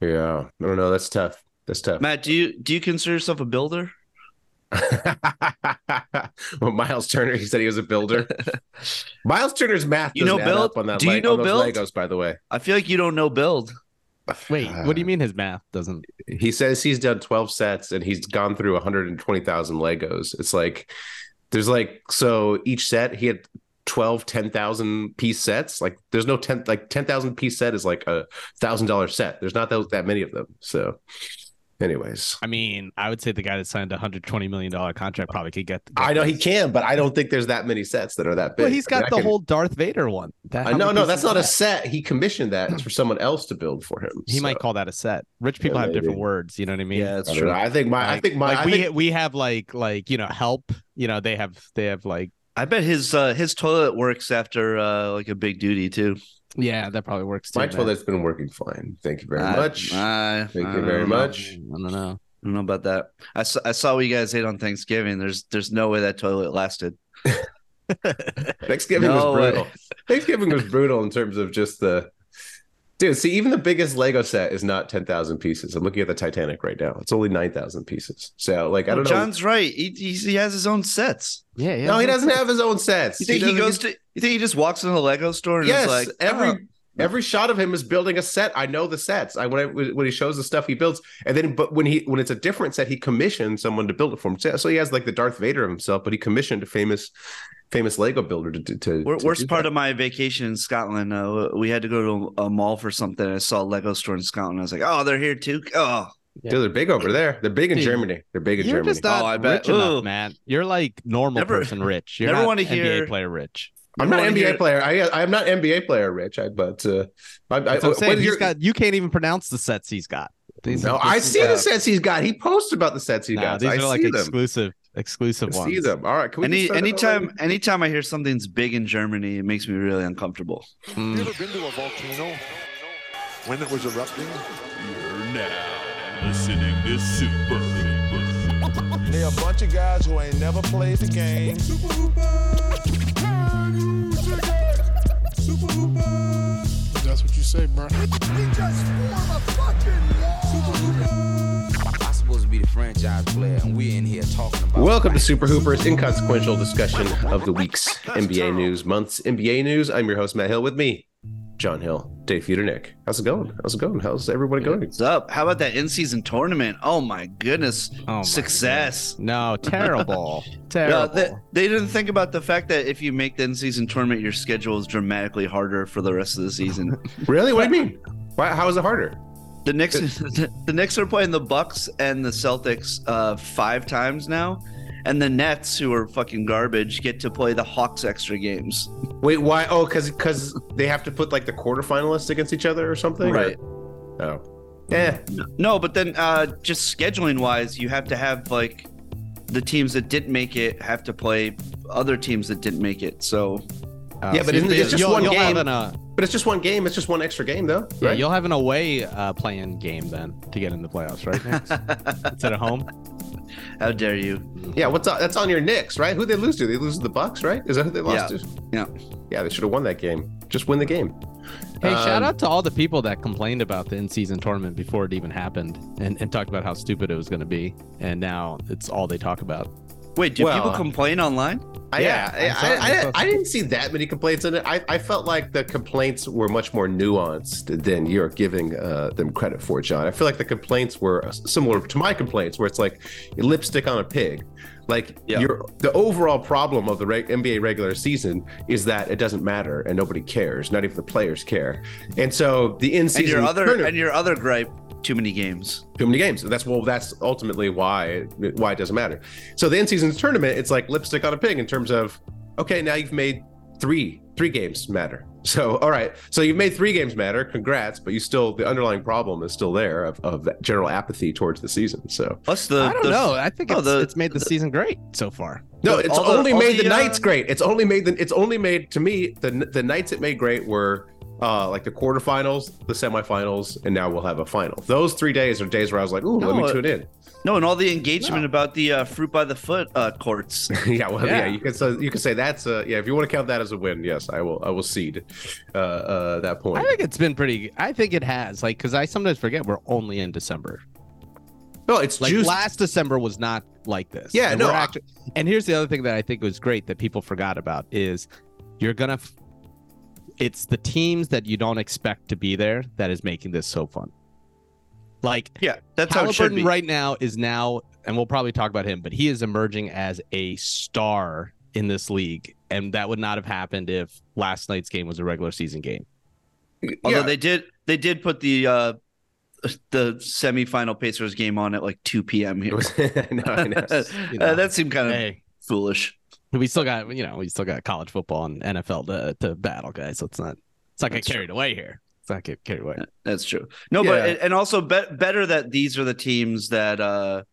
Yeah, I don't know. That's tough. That's tough. Matt, do you do you consider yourself a builder? well, Miles Turner, he said he was a builder. Miles Turner's math You know doesn't add build? up on that. Do you leg- know on those build? Legos, by the way. I feel like you don't know build. Wait, what do you mean his math doesn't? He says he's done 12 sets and he's gone through 120,000 Legos. It's like there's like so each set he had 12 10,000 piece sets. Like there's no 10 like 10,000 piece set is like a $1,000 set. There's not that, that many of them. So anyways, I mean, I would say the guy that signed a hundred twenty million dollar contract probably could get. I know he can, but I don't think there's that many sets that are that big. Well, he's I mean, got I the can- whole Darth Vader one. That, Uh, how no, many no, pieces that's is not a that? set. He commissioned that. It's for someone else to build for him. He so- might call that a set. Rich people Yeah, have different maybe. words. You know what I mean? Yeah, that's I, don't know. I think my. I Like- think my. like I we think- we have like like you know help. You know they have they have like I bet his uh, his toilet works after uh, like a big duty too. yeah that probably works. Too, my man. Uh, toilet's been working fine. Thank you very I- much. I- Thank I you very don't know. much. I don't know. I don't know about that. I saw, I saw what you guys ate on Thanksgiving. There's there's no way that toilet lasted. Thanksgiving No was way. brutal. Thanksgiving was brutal in terms of just the. Dude, see, even the biggest Lego set is not ten thousand pieces. I'm looking at the Titanic right now. It's only nine thousand pieces. So, like, I don't Well, know. John's right. He, he he has his own sets. Yeah, yeah. No, he doesn't have his own sets. You think he doesn't- goes to? You think he just walks into a Lego store and Yes, is like every "Oh, every shot of him is building a set. I know the sets. I when I, when he shows the stuff he builds, and then but when he when it's a different set, he commissioned someone to build it for him. So so he has like the Darth Vader himself, but he commissioned a famous famous Lego builder to to. to Wor- to worst do part that. of my vacation in Scotland, uh, we had to go to a mall for something. I saw a Lego store in Scotland. I was like, "Oh, they're here too." Oh, Dude, they're big over there. They're big in Dude, Germany. They're big in You're Germany. just not Oh, I bet. rich enough, Ooh. man. You're like normal Never- person rich. You're never not wanna NBA hear- player rich. I'm not I an wanna NBA hear- player. I I'm not an NBA player, Rich. I, but uh, I, I, That's what I'm what saying. is He's your- got, you can't even pronounce the sets he's got. These no, are I just- see uh, the sets he's got. He posts about the sets he Nah, got. These I are like see them. exclusive, exclusive I ones. see them. All right. Can we Any just start it anytime already? anytime I hear something's big in Germany, it makes me really uncomfortable. Hmm. Have you ever been to a volcano when it was erupting? You're now listening to Super Hooper. They a bunch of guys who ain't never played the game. That's what you say, bro. I'm supposed to be the franchise player, and we're in here talking about. Welcome to Super Hooper's inconsequential discussion of the week's NBA news, month's NBA news. I'm your host Matt Hill. With me, John Hill, Dave Feudernick. How's it going? How's it going? How's everybody going? What's up? How about that in season tournament? Oh my goodness, Oh my success! No, terrible, terrible. Yeah, they, they didn't think about the fact that if you make the in season tournament, your schedule is dramatically harder for the rest of the season. Really? What do you mean? Why, how is it harder? The Knicks, the Knicks are playing the Bucks and the Celtics uh, five times now, and the Nets, who are fucking garbage, get to play the Hawks extra games. Wait, why? Oh, because because they have to put like the quarterfinalists against each other or something, Right. Oh, yeah. No, but then uh, just scheduling wise, you have to have like the teams that didn't make it have to play other teams that didn't make it. So Oh, yeah, but you- isn't it- it's just you'll- one you'll Have game, an, uh, But it's just one game. It's just one extra game, though. yeah, right? you'll have an away uh, playing game then to get in the playoffs, right? Nick? Instead of home. how dare you? Yeah, what's up? That's on your Knicks, right? Who they lose to? They lose to the Bucks, right? Is that who they lost Yeah. to? Yeah. Yeah, they should have won that game. Just win the game. Hey, shout Um, out to all the people that complained about the in-season tournament before it even happened, and, and talked about how stupid it was going to be, and now it's all they talk about. Wait, do Well, people complain online? I- Yeah, Yeah, I, I saw- I I, saw- I, I didn't see that many complaints in it. I, I felt like the complaints were much more nuanced than you're giving uh, them credit for, John. I feel like the complaints were similar to my complaints, where it's like lipstick on a pig. Like Yeah. your the overall problem of the reg- NBA regular season is that it doesn't matter and nobody cares, not even the players care. And so the in And season your other and your other gripe, too many games. too many games. That's well, that's ultimately why why it doesn't matter. So the in season tournament, it's like lipstick on a pig in terms of okay, now you've made three three games matter. So all right, so you've made three games matter. Congrats, but you still the underlying problem is still there of, of that general apathy towards the oh, season. So Plus the I don't the- know. I think no, it's, the- it's made the season great so far. no, The- it's all the- only all made the, the, uh, nights great. It's only made the it's only made to me the the nights it made great were uh, like the quarterfinals, the semifinals, and now we'll have a final. Those three days are days where I was like, "Ooh, let No, me tune in." No, and all the engagement about the uh, fruit by the foot uh, courts. yeah, well, yeah. Yeah. you could so you could say that's a yeah. If you want to count that as a win, yes, I will. I will cede uh, uh, that point. I think it's been pretty. I think it has, like, because I sometimes forget we're only in December. no, it's Like juice. last December was not like this. Yeah, and no, we're I- actu- and here's the other thing that I think was great that people forgot about is you're gonna. F- it's the teams that you don't expect to be there that is making this so fun. Like Yeah, that's how it should be. Halliburton right now is now, and we'll probably talk about him, but he is emerging as a star in this league, and that would not have happened if last night's game was a regular season game. Although they did, they did put the uh, the semifinal Pacers game on at like 2 p.m. It here. was- no, I know. you Uh, know. that seemed kind of Hey, foolish. we still got you know we still got college football and NFL to, to battle, guys. Let's not let's not get That's true. carried away here. Let's not get carried away. That's true. No, Yeah. but and also be- better that these are the teams that uh,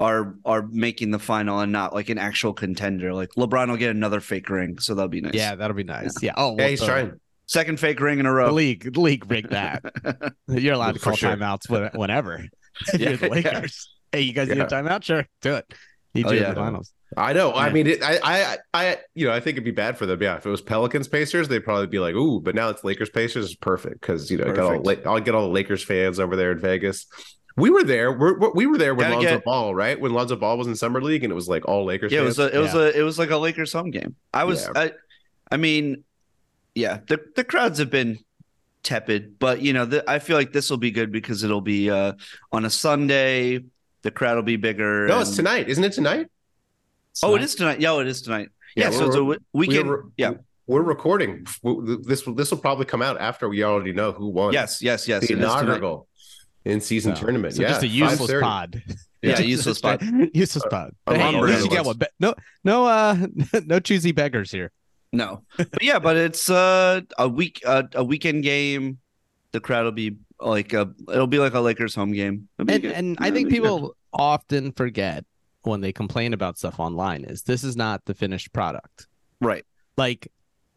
are are making the final and not like an actual contender. Like LeBron will get another fake ring, so that'll be nice. Yeah, that'll be nice. Yeah. Oh, yeah, well, he's the- trying. second fake ring in a The row. league, the league rigged that. You're allowed to For call sure. timeouts when- whenever. If Yeah, You're the yeah. Lakers. Hey, you guys need Yeah. a timeout? Sure, do it. You Oh, do it in yeah. the finals. I know. I Yeah. mean, it, I, I, I, you know, I think it'd be bad for them. Yeah, if it was Pelicans Pacers, they'd probably be like, "Ooh," but now it's Lakers Pacers. It's perfect because you know, I got all, La- Perfect. I'll get all the Lakers fans over there in Vegas. We were there. We're, we're- we were there when Gotta Lonzo get- Ball, right? When Lonzo Ball was in summer league, and it was like all Lakers. Yeah, it fans. was a, it was a, it was like a Lakers home game. I was, Yeah. I, I mean, yeah, the the crowds have been tepid, but you know, the, I feel like this will be good because it'll be uh, on a Sunday. The crowd will be bigger. no, it's and- tonight, isn't it? Tonight? Oh, it is tonight. Yeah, it is tonight. Yeah, so we're- it's a we- weekend. we're- yeah. We're recording. W- This will this will probably come out after we already know who won. Yes. Yes. Yes. the it is tonight. inaugural in season So- tournament. So yeah, just a useless 5:30. pod. Yeah, Just useless a- pod. Useless pod. I Hey, love we it. should get one. But no, no, uh, no choosy beggars here. No. But yeah, but it's uh, a week uh, a weekend game. The crowd will be like a it'll be like a Lakers home game. It'll be and good. and I Yeah, think it'll be good. people often forget when they complain about stuff online is this is not the finished product. right. Like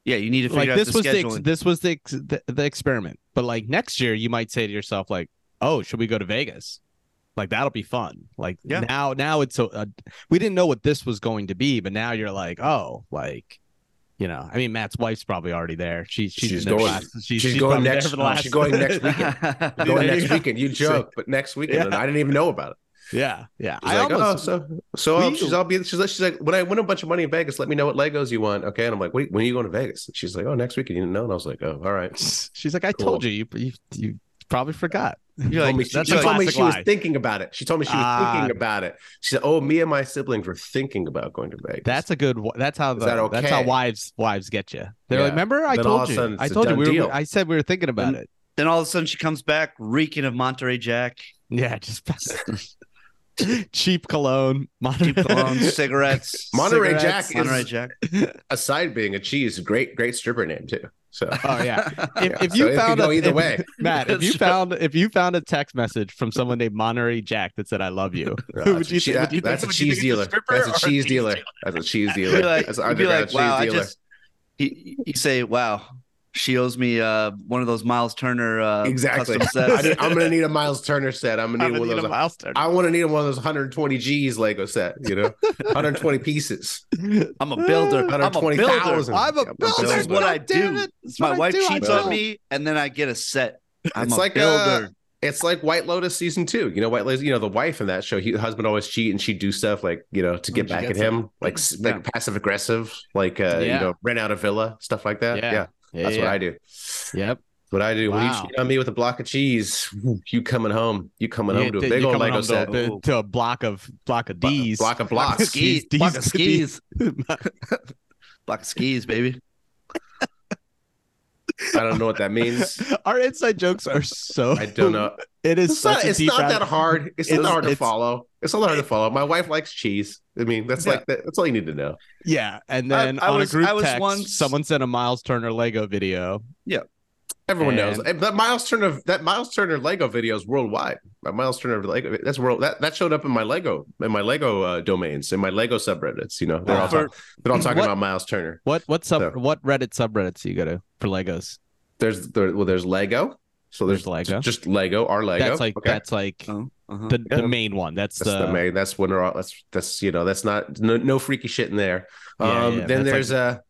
Yeah, you need to figure like out this the was the, scheduling. ex- this was the, ex- the the experiment. But like next year, you might say to yourself like, oh, should we go to Vegas? Like that'll be fun. Like Yeah. now now it's a, a we didn't know what this was going to be, but now you're like, oh, like. You know, I mean, Matt's wife's probably already there. She, she's She's she's, going, going- last, she's, she's going probably there next- for the no, last. she's going next week. We're There Going you next go. weekend, you joke, but next weekend, Yeah. and I didn't even know about it. yeah, yeah. She's I like, almost- oh, so so um, We- she's all be she's like, she's like, when I win a bunch of money in Vegas, let me know what Legos you want, okay? And I'm like, wait, when are you going to Vegas? And she's like, oh, next weekend. You didn't know? And I was like, oh, all right. She's like, I Cool. told you, you, you, you probably forgot. You're Told me like, she, that's she a told me classic she was lie. thinking about it. She told me she was Ah. thinking about it. She said, oh, me and my siblings were thinking about going to Vegas. That's a good. wa- That's how. Is The, that That's how okay? wives wives get you. They're Yeah. like, remember, I Then all of told a you. sudden, I it's a told you. done We deal. were, I said we were thinking about And- it. then all of a sudden she comes back reeking of Monterey Jack, Yeah, just cheap cologne, deep Monterey cologne, cigarettes, Monterey cigarettes, Jack Monterey is Jack. aside being a cheese, great great stripper name too. So uh, Oh yeah. If, Yeah, if so you it could found go a- either if- way. Matt, if That's you true. found if you found a text message from someone named Monterey Jack that said "I love you," who would you, She- think- would that- you think- that's a would you cheese think it's dealer. stripper That's or a cheese dealer. That's a cheese dealer. You'd be like, That's an you'd be underground like, cheese wow, I dealer. just. You, you say, wow, she owes me uh, one of those Miles Turner uh, Exactly. custom I sets. need, I'm gonna need a Miles Turner set. I'm gonna I'm need gonna one of need a those. uh, milestone. I want to need one of those 120 G's Lego set. You know, 120 pieces. I'm a builder. Out I'm of a builder. 20,000. I'm a Yeah, builder. This is what God I damn do. it. This is My what I wife do. I cheats build. on me, and then I get a set. I'm It's a like, uh, builder. It's like White Lotus season two. You know, White Lotus. You know, the wife in that show. He, the husband always cheat, and she do stuff like you know to get she back at gets him, like s- like passive aggressive, like uh, Yeah. you know, rent out a villa, stuff like that. Yeah. Yeah, that's what I do. Yep. That's What I do when you Wow. cheat on me with a block of cheese, you coming home. You coming home to a Yeah, big you old Lego coming home to- set. To, to a block of block of D's. Block of block blocks. of skis. These- Block of these- skis. Block of skis, baby. I don't know what that means. Our inside jokes are so. I don't know. It is It's such not, a it's deep not rabbit- that hard. It's, not It's- hard to it's- follow. It's not hard to follow. My wife likes cheese. I mean, that's Yeah. like that, that's all you need to know. Yeah, and I- then I on was- a group I was text, once- someone sent a Miles Turner Lego video. Everyone And- knows And that Miles Turner that Miles Turner Lego video is worldwide. My Miles Turner Lego that's world that, that showed up in my Lego in my Lego uh, domains in my Lego subreddits. You know, they're all For- talk, they're all talking What- about Miles Turner. What what sub So- what Reddit subreddits you go to for Legos? There's there, well, there's Lego. So there's, There's Lego. Just Lego. Our Lego. That's like Okay. that's like Oh, uh-huh. the, Yeah. the main one. That's, That's the, the main. That's when they're all. That's that's you know. That's not no, no freaky shit in there. Yeah, um. yeah, then that's uh, there's a.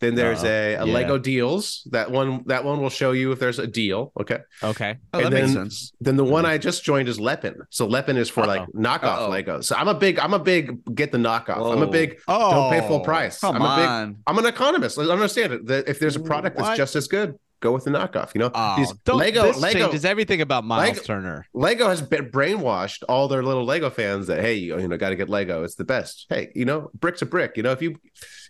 Then there's a, a yeah. Lego deals. That one. That one will show you if there's a deal. Okay. okay. oh, and that makes then- sense. Then the one I just joined is Lepin. So Lepin is for like knockoff Uh-oh. Lego. So I'm a big. I'm a big get the knockoff. I'm a Whoa. big. Oh, Don't pay full price. Come I'm a big- on. I'm an economist. I understand it. That if there's a product What? that's just as good, go with the knockoff. You know. These- Oh, don't, Lego. this Lego. changes everything about Miles Lego- Turner. Lego has been brainwashed all their little Lego fans that hey, you, you know, got to get Lego. It's the best. Hey, you know, brick's a brick. You know, if you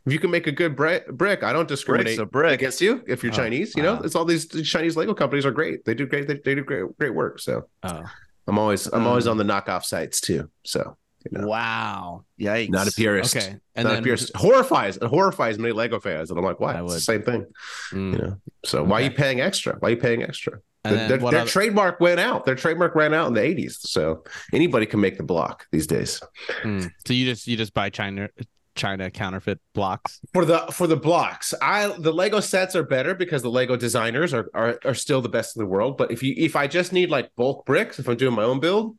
if you can make a good bri- brick, I don't discriminate Brick's a brick. against you if you're Oh, Chinese. You know, wow. it's all these Chinese Lego companies are great. They do great. They, they do great great work. So Oh, I'm always I'm Uh-huh. always Um, on the knockoff sites too. So you know, wow. Yikes. not a purist. Okay, And and not then a purist. Horrifies it horrifies many Lego fans, and I'm like, why? I It's the would. same thing. Mm. You know. So why are you paying extra? Why are you paying extra? And Their- then their what their other- trademark went out. Their trademark ran out in the 80s. So anybody can make the block these days. Mm. So you just you just buy China China counterfeit blocks. For the for the blocks, I the Lego sets are better because the Lego designers are are, are still the best in the world. But if you if I just need like bulk bricks, if I'm doing my own build,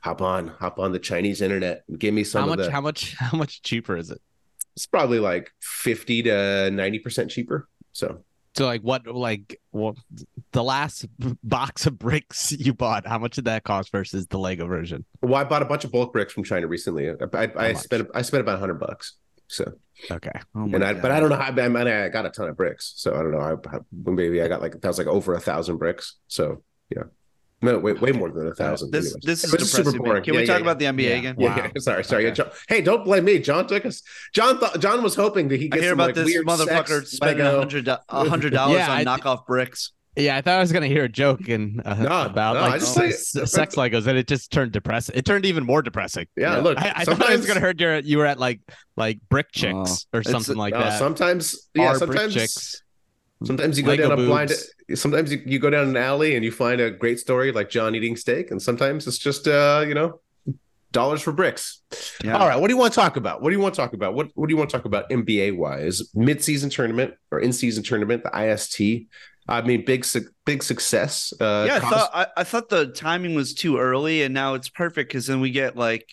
hop on, hop on the Chinese internet. and Give me some how of much the how much how much cheaper is it? it's probably like 50 to 90% cheaper. So So like what like what the last box of bricks you bought? How much did that cost versus the Lego version? well, I bought a bunch of bulk bricks from China recently. I, I, I much? spent I spent about hundred bucks. So Okay, Oh my and I, but I God. don't know how. I mean, I got a ton of bricks, so I don't know. I, I- maybe I got like that was like over a thousand bricks. So yeah, no, way, way more than a thousand. This anyways. this is It was depressing. man. Can Yeah, we yeah, talk yeah. about the NBA Yeah. again? Yeah, Wow. yeah, sorry, sorry. Yeah, Okay. John, hey, don't blame me. John took us. John thought John was hoping that he I gets hear some, about like, this weird motherfucker sex, spending Lego. a hundred do- a hundred dollars Yeah, on I d- knockoff bricks. yeah, I thought I was gonna hear a joke and uh, No, about no, I like just se- think- se- sex Legos, and it just turned depressing. It turned even more depressing. Yeah, look. I, I sometimes, thought I was gonna heard you you were at like like brick chicks or it's- something like no, that. sometimes, yeah, Our brick sometimes. chicks. Sometimes you go Lego down a blind. boobs. Sometimes you, you go down an alley and you find a great story like John eating steak, and sometimes it's just uh, you know dollars for bricks. Yeah. All right, what do you want to talk about? What do you want to talk about? What What do you want to talk about NBA wise? Mid season tournament or in season tournament? The IST. I mean, big su- big success. Uh, yeah, I cons- thought I, I thought the timing was too early, and now it's perfect because then we get like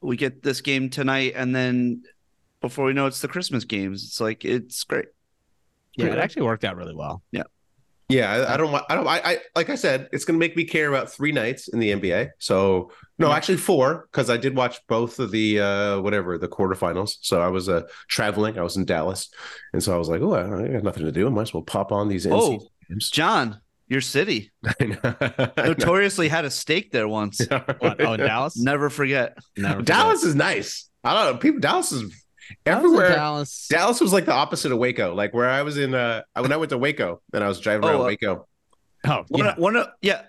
we get this game tonight, and then before we know, it, it's the Christmas games. It's like it's great. Yeah, it actually worked out really well. yeah. I, I don't want. I don't. I, I like I said, it's going to make me care about three nights in the NBA. So no, actually four because I did watch both of the uh whatever the quarterfinals. So I was uh traveling. I was in Dallas, and so I was like, oh, I I got nothing to do. I might as well pop on these. Oh. NCAA games. John, your city I know. I know. notoriously had a steak there once. What? Oh, in Dallas? Never forget. Never forget. Dallas is nice. I don't know. People, Dallas is Dallas and everywhere. Dallas. Dallas. was like the opposite of Waco. Like where I was in, uh, when I went to Waco and I was driving around Oh, uh, Waco. Oh, One, yeah. of- one of- yeah,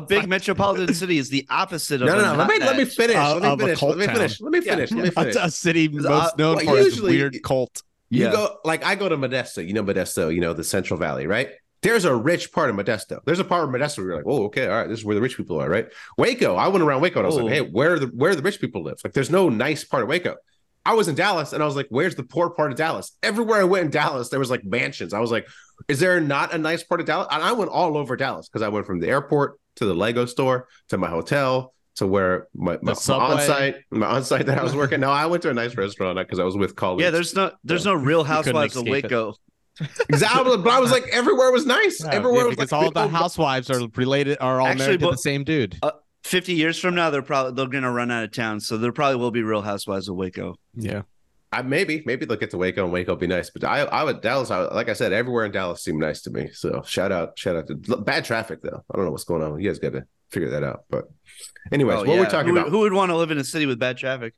big metropolitan city is the opposite No, of a no, no. Let not me, let me that. finish. Uh, Let me of a finish. Let cult me town. finish. Let me finish. Let me A- finish. a, city most Uh, known well, for its usually- weird cult. You Yeah. go like I go to Modesto. You know Modesto. You know the Central Valley, right? There's a rich part of Modesto. There's a part of Modesto where you're like, oh, okay, all right, this is where the rich people are, right? Waco. I went around Waco and I was Oh. like, hey, where the where the rich people live? Like, there's no nice part of Waco. I was in Dallas and I was like, where's the poor part of Dallas? Everywhere I went in Dallas, there was like mansions. I was like, is there not a nice part of Dallas? And I went all over Dallas because I went from the airport to the Lego store to my hotel to where my, my, my subway. on site my on site that I was working. No, I went to a nice restaurant because I was with colleagues. Yeah, there's no there's no Real Housewives of escape it. Waco. Exactly, but I was like, everywhere was nice. Yeah, everywhere was because like, all the oh, housewives are related, are all Actually, married to but- the same dude. Fifty years from now, they're probably they're gonna run out of town, so there probably will be Real Housewives of Waco. Yeah. I, maybe, maybe they'll get to Waco and Waco will be nice. But I, I would Dallas. I, like I said, everywhere in Dallas seemed nice to me. So shout out, shout out to bad traffic though. I don't know what's going on. You guys got to figure that out. But anyways, Oh, what yeah. we're talking who, about? Who would want to live in a city with bad traffic?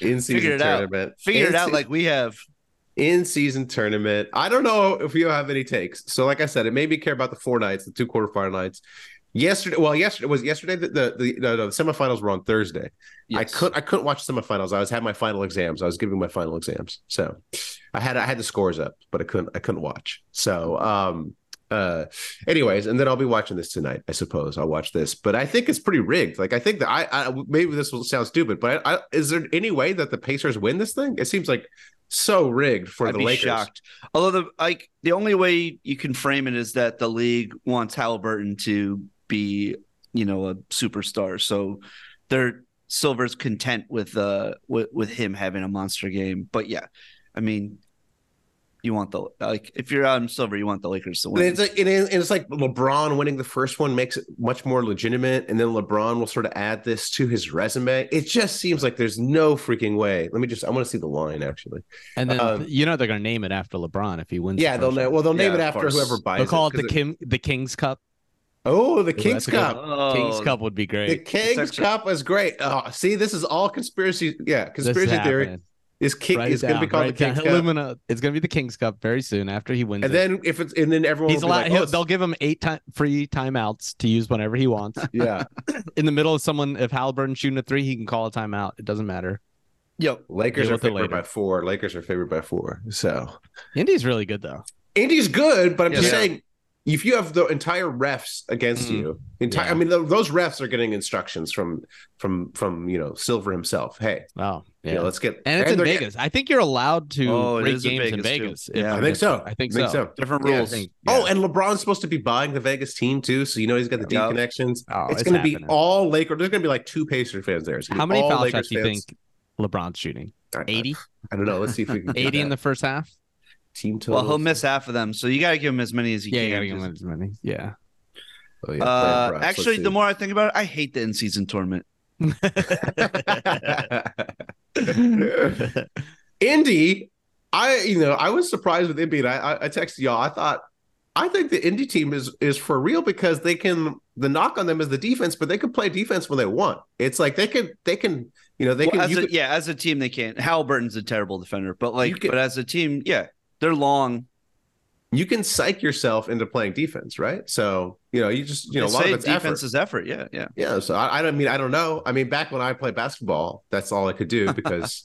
in Figure season it out. tournament. Figure it In out se- like we have. in season tournament. I don't know if you have any takes. So, like I said, it made me care about the four nights, the two quarterfinal nights. Yesterday, well, yesterday was yesterday. The the, the, no, no, the semifinals were on Thursday. I couldn't I couldn't watch semifinals. I was had my final exams. I was giving my final exams, so I had I had the scores up, but I couldn't I couldn't watch. So, um, uh, anyways, and then I'll be watching this tonight. I suppose I'll watch this, but I think it's pretty rigged. Like I think that I, I maybe this will sound stupid, but I, I, is there any way that the Pacers win this thing? It seems like so rigged for I'd the be Lakers. shocked. Although the like the only way you can frame it is that the league wants Halliburton to be, you know, a superstar. So they're Silver's content with uh with, with him having a monster game. But yeah, I mean you want the like if you're on Silver, you want the Lakers to And win. it's like it is, and it's like LeBron winning the first one makes it much more legitimate, and then LeBron will sort of add this to his resume. It just seems like there's no freaking way. Let me just I want to see the line actually. And then Um, you know they're gonna name it after LeBron if he wins. Yeah, the they'll first na- one. well they'll name Yeah, it of after course. whoever buys They'll call it 'cause the Kim the King's Cup. oh the Ooh, King's that's a good Cup. Oh, King's Cup would be The great. King's actually- Cup is great. Oh, see, this is all conspiracy. Yeah, This conspiracy theory happening. is king Write is it going to be down, called write the it King's down. Cup. Illumina- it's gonna be the King's Cup very soon after he wins. and it. then if it's and then everyone he's will be allowed. like, he'll- oh, they'll give him eight time, free timeouts to use whenever he wants. it's- yeah, In the middle of someone, if Halliburton shooting a three, he can call a timeout. It doesn't matter. Yep. Lakers Deal are with it favored later. by four. Lakers are favored by four. So Indy's really good though. Indy's good, but I'm just Yeah. Mm-hmm. saying, if you have the entire refs against Mm. you, entire I mean, th those refs are getting instructions from from from you know Silver himself. Hey, Oh, yeah. you know, let's get and it's in they're Vegas. getting- I think you're allowed to Oh, it rate is in games in Vegas, too. Vegas. Yeah. I think so. I think so. Different Yeah, I rules. think- Yeah. Oh, and LeBron's supposed to be buying the Vegas team too, so you know he's got the deep Yeah. connections. Oh, it's, going to be happening. all Laker. There's going to be like two Pacer fans there. It's gonna How be many all foul Lakers shots do you fans. think LeBron's shooting? I- I- 80? I, don't know. Let's see if we can 80 in the first half? team total. Well, he'll miss half of them, so you got to give him as many as you Yeah, can. you gotta give 'cause- him as many. Yeah. Oh, yeah, player uh, props. Let's actually, see. the more I think about it, I hate the in-season tournament. Indy, I you know I was surprised with Indy, and I, I I texted y'all. I thought I think the Indy team is is for real because they can. The knock on them is the defense, but they can play defense when they want. It's like they can they can you know they Well, can. as you a- could- yeah, as a team, they can't. Halliburton's a terrible defender, but You like, can- but as a team, yeah, they're long. you can psych yourself into playing defense, right? So you know, you just you know, a They lot of say it's defense effort. is effort. Yeah, yeah. yeah. So I, I don't mean I don't know. I mean, back when I played basketball, that's all I could do because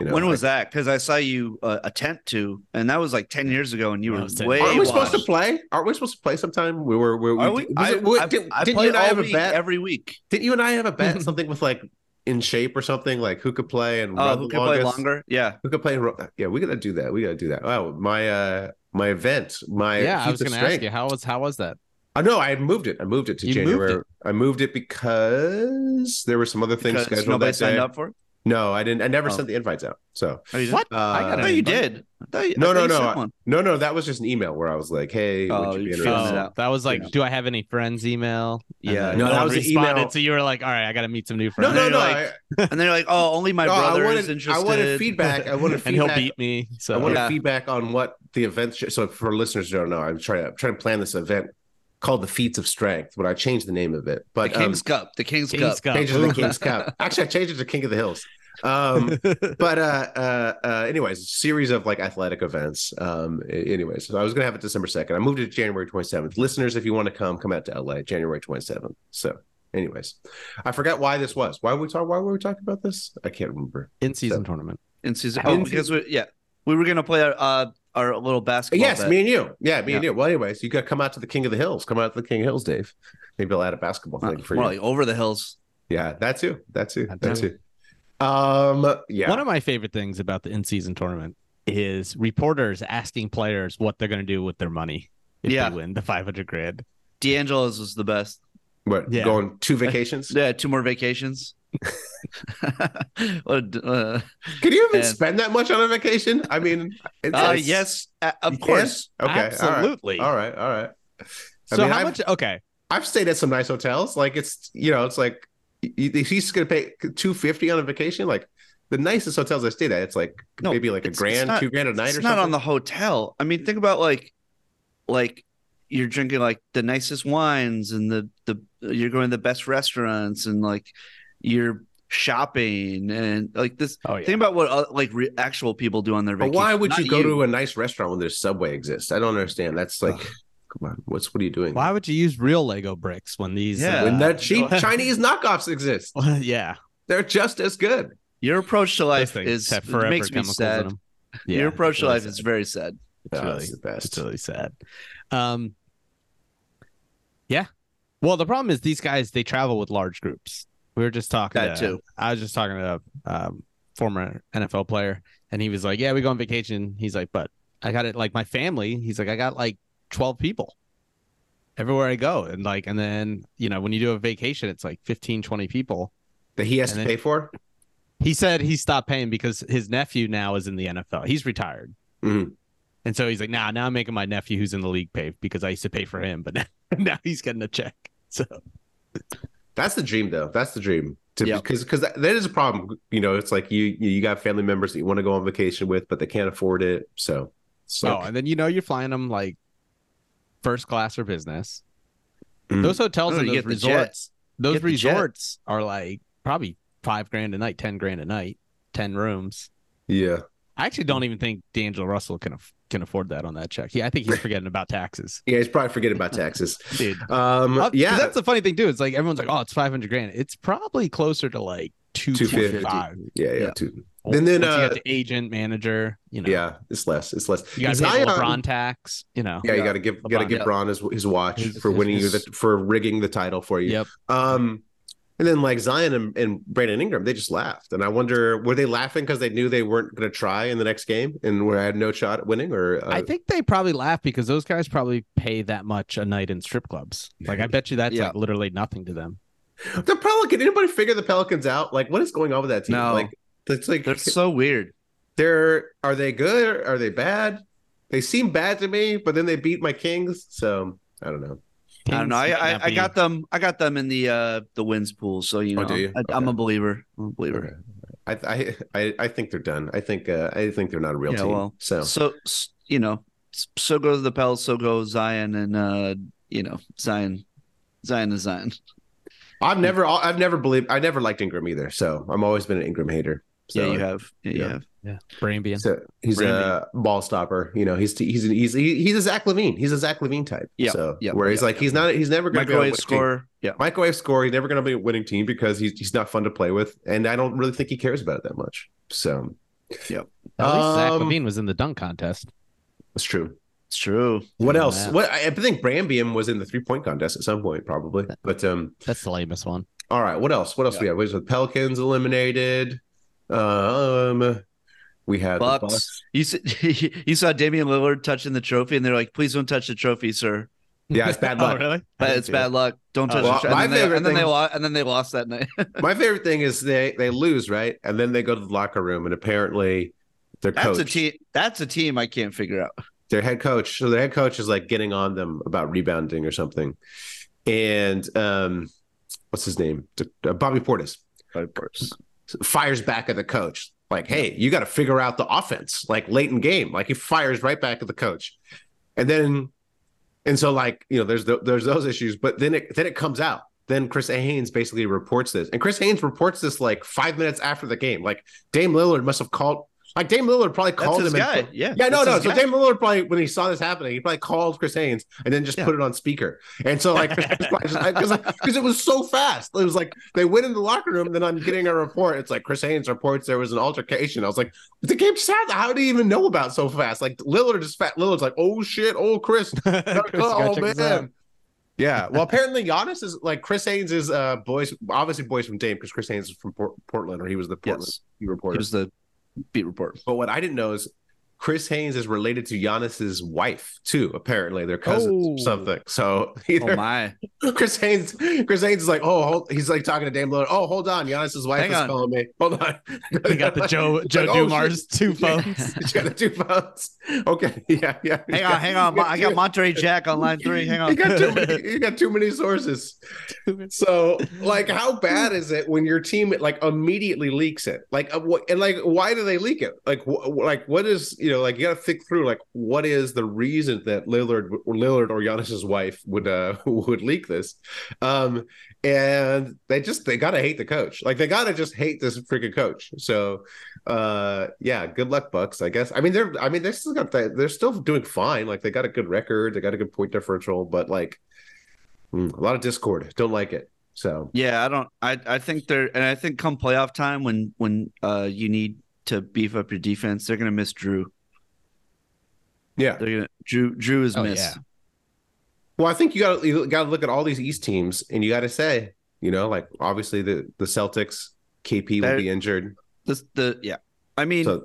you know. when was that? Because I saw you uh, attempt to, and that was like ten years ago, and you That were was 10 way. aren't we supposed to washed. play? Aren't we supposed to play sometime? We were. We, we, Are we? was I, it- we- I, did, I didn't you played and I all have a week, bet? every week. Didn't you and I have a bet something with like in shape or something like who could play and Oh, run who the could play longest? longer? Yeah. Who could play? and ru- Yeah, we gotta do that. We gotta do that. Wow, my uh my event, my yeah, I Heat was of gonna ask Strength. you, how was how was that? Oh, no, I moved it. I moved it to You moved January. it. I moved it because there were some other things because scheduled nobody that day. signed up for it. No, I didn't. I never Oh. sent the invites out. So Oh, you didn't? What? uh, I I got thought an you invite. did. I thought you, I No, thought no, you no, sent I- one. no, no. That was just an email where I was like, "Hey, Oh, would you be you interested?" figured it Oh, out. that was like, Yeah. do I have any friends email? And Yeah. then No, that one was an responded, email. So you were like, all right, I gotta meet some new friends. No, no, And no. they're I- and they're like, "Oh, only my No, I brother wanted- is interested." I wanted feedback. I wanted and he'll feedback. beat me. So I wanted Yeah. feedback on what the event. Sh- so for listeners who don't know, I'm trying to trying to plan this event called the Feats of Strength. But I changed the name of it. The But um, King's Cup. The King's, King's Cup. Cup. changed it to the King's Cup. Actually, I changed it to King of the Hills. Um, but uh, uh, uh, anyways, series of like athletic events. Um, a- anyways, so I was gonna have it December second. I moved it to January 27th. Listeners, if you want to come, come out to LA January 27th. So, anyways, I forgot why this was. Why were we talk? Why were we talking about this? I can't remember. in season tournament. in season. How Oh, many because we yeah, we were gonna play our uh, our little basketball. Yes, bet. me and you. Yeah, me and you. Well, anyways, you got to come out to the King of the Hills. Come out to the King of Hills, Dave. Maybe I'll add a basketball Uh, thing for more you. like over the hills. Yeah, that too. That too. That That too. too. Um, yeah. One of my favorite things about the in season tournament is reporters asking players what they're gonna do with their money if Yeah. they win the 500 grand. D'Angelo's was the best. what, yeah. Going two vacations. Yeah, two more vacations. What a d- uh, Can you even And- spend that much on a vacation? I mean, it's, uh, yes, uh, of You can? course. Okay. Absolutely. All right. All right. All right. I So mean, how I've, much? Okay, I've stayed at some nice hotels. Like it's, you know, it's like y- y- if he's going to pay 250 on a vacation. Like the nicest hotels I stayed at, it's like No, maybe like a it's- it's grand, not- two grand a night It's or not something. on the hotel. I mean, think about like, like you're drinking like the nicest wines and the the you're going to the best restaurants and like you're shopping and like this. Oh, yeah. Think about what uh, like re- actual people do on their But vacation. why would not you go to a nice restaurant when there's Subway exists? I don't understand. That's like, come on, what's what are you doing? why would you use real Lego bricks when these? uh, Yeah. When that cheap Chinese knockoffs exist, yeah, they're just as good. your approach to those life things is have it forever makes me chemicals in sad. them. Yeah, your approach to really life sad. is very sad. It's Oh, really, it's the best. It's really sad. Um, yeah. Well, the problem is these guys they travel with large groups. We were just talking That to- too. I was just talking to um, former NFL player, and he was like, "Yeah, we go on vacation." He's like, "But I got it like my family." He's like, "I got like twelve people everywhere I go," and like, and then you know when you do a vacation, it's like 15, 20 people. that he has And to then- pay for. He said he stopped paying because his nephew now is in the NFL. He's retired, Mm-hmm. Mhm. and so he's like, "Nah, now I'm making my nephew who's in the league pay because I used to pay for him, but now, now he's getting a check." So That's the dream, though. That's the dream. To Yeah. because because that, that is a problem. You know, it's like you you got family members that you want to go on vacation with, but they can't afford it. So, so oh, and then you know you're flying them like first class or business. Mm. Those hotels Mm-hmm. No, and you those get the jet. resorts, those Get the jet. resorts are like probably five grand a night, ten grand a night, ten rooms. yeah, I actually Mm-hmm. don't even think D'Angelo Russell can aff can afford that on that check. Yeah, I think he's forgetting about taxes, yeah, he's probably forgetting about taxes. dude. Um, Uh, 'cause yeah, that's the funny thing too. It's like everyone's like, "Oh, it's five hundred grand." It's probably closer to like two fifty five. yeah, yeah, yeah. too. And then, you uh, got the agent, manager, you know, Yeah, um, it's less. It's less. you got to pay Zion- the LeBron tax, you know. Yeah, you got to give got to LeBron, give yeah. Bron his his watch His- for his- winning his- you the, for rigging the title for you. Yep. Um, and then like Zion and, and Brandon Ingram, they just laughed, and I wonder were they laughing because they knew they weren't going to try in the next game and where I had no shot at winning, or uh, I think they probably laugh because those guys probably pay that much a night in strip clubs. Like I bet you that's Yeah. like literally nothing to them. the Pelican. Anybody figure the Pelicans out? Like, what is going on with that team? No. Like, it's like They're so weird. they're are they good? Or are they bad? They seem bad to me, but then they beat my Kings, so I don't know. I don't know. I, I, I got them. I got them in the uh the wins pool. So you Oh, know, do you? I, I'm a Okay. believer. I'm a believer. Okay. I, I I I think they're done. I think uh, I think they're not a real Yeah, team. well, so So s- you know, s- so goes the Pels. So goes Zion, and uh you know, Zion, Zion is Zion. I've never I've never believed I never liked Ingram either. So I'm always been an Ingram hater. So, yeah, you have. Yeah, you yeah. have. Brambian. so he's a ball stopper. You know he's he's an he's he's a Zach Levine. He's a Zach Levine type. Yeah, So yeah, where he's yeah, like he's not he's never going to be on a Microwave winning team. scorer. Yeah. Microwave score. He's never going to be a winning team because he's he's not fun to play with, and I don't really think he cares about it that much. So At least Zach Um, Levine was in the dunk contest. that's true. It's true. What Yeah, else? that- What I I think Brambium was in the three point contest at some point, probably. But um, That's the lamest one. All right, what else? What else we have? We have the Pelicans eliminated. Um, we have the Bucks. Bucks. You saw, you saw Damian Lillard touching the trophy, and they're like, "Please don't touch the trophy, sir. Yeah, it's bad Oh, luck. really? I But didn't it's see bad luck. Don't touch." Oh. the Well, trophy. my and then, they, favorite and then they thing- lost. And then they lost that night. My favorite thing is they they lose right, and then they go to the locker room, and apparently their That's a coach, team. That's a team I can't figure out. their head coach, so their head coach is like getting on them about rebounding or something, and um, what's his name? D- uh, Bobby Portis fires back at the coach. Like, hey, you got to figure out the offense, like late in game. Like he fires right back at the coach, and then, and so like you know, there's the, there's those issues, but then it then it comes out. Then Chris Haynes basically reports this, and Chris Haynes reports this like five minutes after the game. Like Dame Lillard must have called. Like Dame Lillard probably That's called his him. and- guy. yeah. yeah, no, that's no. his So guy. Dame Lillard probably, when he saw this happening, he probably called Chris Haynes and then just Yeah. put it on speaker. And so, like, because it was so fast, it was like they went in the locker room. And then I'm getting a report. It's like Chris Haynes reports there was an altercation. I was like, the game just happened. How do you even know about so fast? Like Lillard is fat. Lillard's like, oh shit, oh Chris, gotta go, Oh, man. Yeah, well, apparently Giannis is like Chris Haynes is uh boys, obviously boys from Dame because Chris Haynes is from Port- Portland or he was the Portland Yes. reporter. It was the beat report. But what I didn't know is Chris Haynes is related to Giannis's wife too. Apparently, they're cousins or Oh. something. So Oh either my! Chris Haynes, Chris Haynes is like, oh, hold, he's like talking to Dame Lillard. Oh, hold on, Giannis's wife Hang is on. calling me. Hold on. They got the Joe Joe oh, shit. Dumars two phones. She's got the two phones. Okay, yeah, yeah. Hang on, hang on. I got Monterey Jack on line three. Hang You on. got too many. You got too many sources. So, like, how bad is it when your team like immediately leaks it? Like, uh, what and like, why do they leak it? Like, wh- like what is you know like you got to think through like what is the reason that Lillard Lillard or Giannis's wife would uh would leak this? Um, and they just they gotta hate the coach. Like they gotta just hate this freaking coach. So, uh, yeah, good luck Bucks. I guess. I mean, they're I mean they still got that they're still doing fine. Like they got a good record. They got a good point differential, but like. mm, A lot of discord. Don't like it. So Yeah, I don't. I I think they're, and I think come playoff time when when uh you need to beef up your defense, they're gonna miss Drew. yeah. They're gonna Drew Drew is Oh, missed. yeah. Well, I think you got you got to look at all these East teams, and you got to say, you know, like obviously the the Celtics, KP They're- will be injured. The the yeah. I mean, So-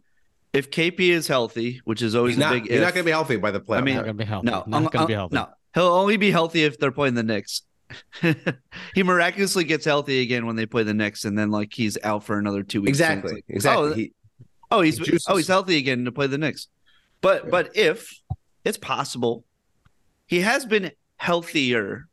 if KP is healthy, which is always He's a not, big he's if, not going to be healthy by the playoff. I mean, Not gonna be healthy. no, not um, I'm- gonna be uh, I'm- healthy. No, he'll only be healthy if they're playing the Knicks. he miraculously gets healthy again when they play the Knicks, and then like he's out for another two weeks. and it's exactly, like, exactly. Oh, He- Oh, he's He juices. oh he's healthy again to play the Knicks. But Yeah. but if it's possible, he has been healthier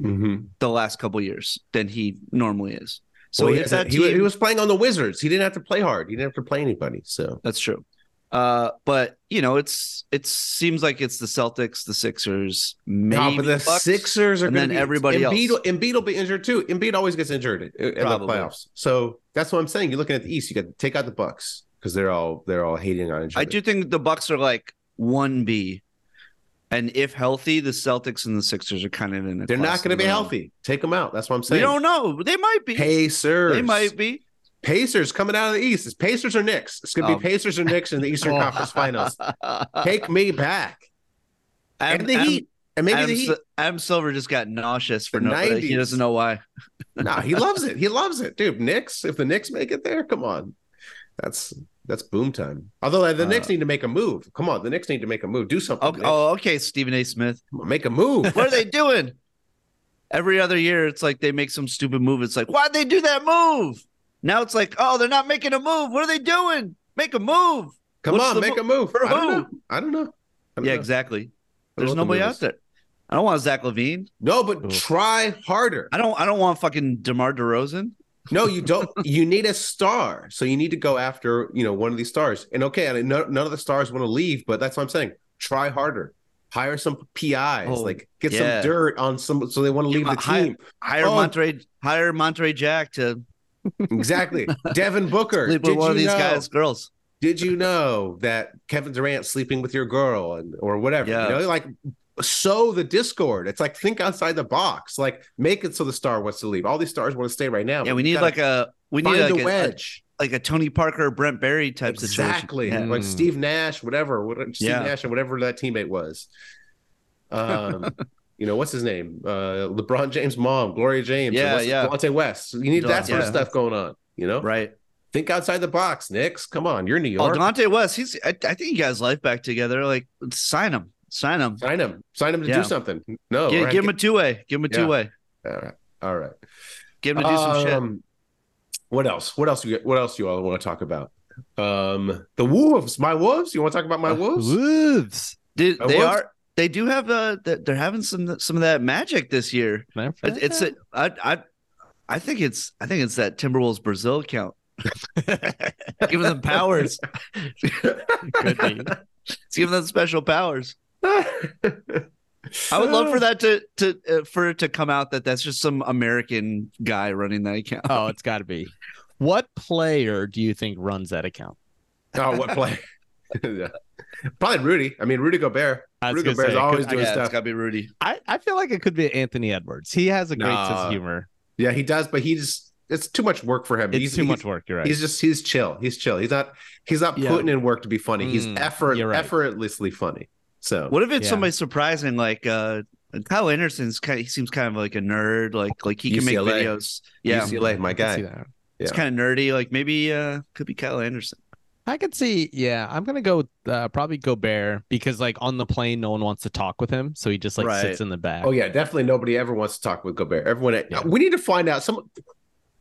mhm. the last couple years than he normally is. So Well, he, if that he, team, he was playing on the Wizards. He didn't have to play hard. He didn't have to play anybody. So that's true. Uh, but you know, it's it seems like it's the Celtics, the Sixers, maybe No, but the Bucks. Sixers are and gonna then be, everybody Embiid, else. Embiid will be injured too. Embiid always gets injured in- in Probably. the playoffs. So that's what I'm saying. You're looking at the East. You got to take out the Bucks because they're all they're all hating on each other. I do think the Bucks are like one B, and if healthy, the Celtics and the Sixers are kind of in. A They're class not going to of be their own. healthy. Take them out. That's what I'm We saying. don't know. They might be. Pacers. They might be. Pacers coming out of the East. It's Pacers or Knicks. It's going to Oh. be Pacers or Knicks in the Eastern Conference Finals. Take me back. Adam- and the Adam- Heat. And maybe Adam, the Heat. Sil- Adam Silver just got nauseous for The no. like, he 90s. doesn't know why. nah, he loves it. He loves it, dude. Knicks. If the Knicks make it there, come on. That's that's boom time. Although the Knicks Uh, need to make a move. Come on, the Knicks need to make a move. Do something. Okay, Knicks. oh, okay, Stephen A. Smith. Come on, make a move. What are they doing? Every other year, it's like they make some stupid move. It's like, why'd they do that move? Now it's like, oh, they're not making a move. What are they doing? Make a move. Come What's on, the make mo- a move. for I don't who? know. I don't know. I don't Yeah, know. exactly. I don't know There's what the nobody move out is. there. I don't want Zach Levine. No, but try harder. I don't. I don't want fucking Demar Derozan. No, you don't. you need a star, so you need to go after you know one of these stars. And okay, I no, none of the stars want to leave, but that's what I'm saying. Try harder, hire some PIs, Oh, like get yeah. some dirt on some, so they want to leave uh, the hi- team. Hire Oh. Montre. Hire Montre Jack to exactly, Devin Booker. sleep Did with you one of these know? guys, girls. Did you know that Kevin Durant sleeping with your girl and or whatever? Yeah. You know, like sow the discord. It's like think outside the box. Like make it so the star wants to leave. All these stars want to stay right now. Yeah, but we you need gotta like a. We need find like a a- a wedge. like a Tony Parker, Brent Berry type exactly situation. Mm-hmm. like Mm. Steve Nash, whatever, what, Steve Yeah. Nash or whatever that teammate was. Um, you know what's his name? Uh, LeBron James' mom, Gloria James, Yeah, what's- yeah. Delonte West. You need that sort of Yeah. stuff going on. You know, Yeah, right. think outside the box, Knicks. Come on, you're New Oh, York. Dante West, he's. I, I think he got his life back together. Like, sign him, sign him. sign him, sign him to Yeah. do something. No, Gi- Oh, right? give him a two way. Give him a Yeah. two way. all right, all right. Give him to do some shit. Um, What else? What else? You what else? You all want to talk about? Um, the wolves, my wolves. You want to talk Uh, about my wolves? Wolves. Dude, uh, they what- are. They do have uh th- They're having some some of that magic this year. It- It's a, I, I, I think it's. I think it's that Timberwolves Brazil account. giving them powers. Could be. It's giving them special powers. I would love for that to to uh, for it to come out that that's just some American guy running that account. Oh, it's got to be. What player do you think runs that account? Oh, what play? yeah. Probably Rudy. I mean, Rudy Gobert. I Rudy was gonna Gobert's say, I always could- doing yeah, stuff. it's gotta be Rudy. I, I feel like it could be Anthony Edwards. He has a great sense Nah. of humor. Yeah, he does, but he's it's too much work for him. It's he's too he's- much work. You're right. He's just he's chill. He's chill. He's not he's not Yeah. putting in work to be funny. he's Mm, effort you're right. effortlessly funny. So What if it's Yeah. somebody surprising like uh Kyle Anderson's kind of, he seems kind of like a nerd, like like he can make UCLA. videos. Yeah. UCLA, my I could see guy. that. It's yeah. kind of nerdy, like maybe uh could be Kyle Anderson. I could see. Yeah, I'm gonna go with, uh, probably Gobert because like on the plane, no one wants to talk with him, so he just like Right. sits in the back. Oh yeah, definitely nobody ever wants to talk with Gobert. Everyone uh, we need to find out some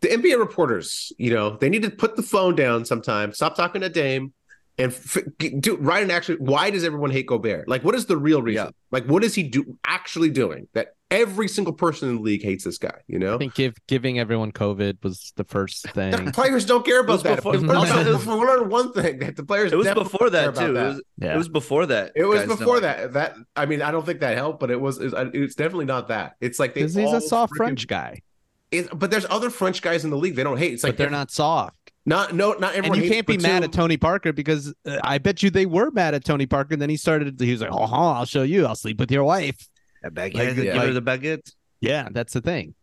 the NBA reporters, you know, they need to put the phone down sometime, stop talking to Dame and f- do write an actually why does everyone hate Gobert? Like what is the real reason? Yeah. Like what is he do actually doing that every single person in the league hates this guy, you know? I think give, giving everyone COVID was the first thing. Players don't care about was that. before- we, learned, also, it was- we learned one thing that the players It was definitely care before that about too. It was, yeah, it was before that. It was guys, no. before that. That I mean, I don't think that helped, but it was. It's, it's definitely not that. It's like they. because he's all a soft freaking- French guy, It's- but there's other French guys in the league. They don't hate. It's like but they're not soft. Not no. Not And everyone. you hates can't be mad Batum. at Tony Parker because uh, I bet you they were mad at Tony Parker. And then he started. He was like, "Oh, huh, I'll show you. I'll sleep with your wife." That baguette, Like, give yeah. her the baguette. Yeah, that's the thing.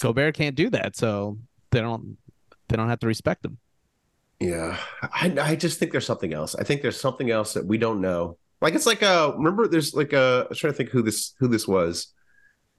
Gobert can't do that, so they don't. They don't have to respect him. Yeah, I, I just think there's something else. I think there's something else that we don't know. Like it's like uh remember there's like uh I was trying to think who this who this was.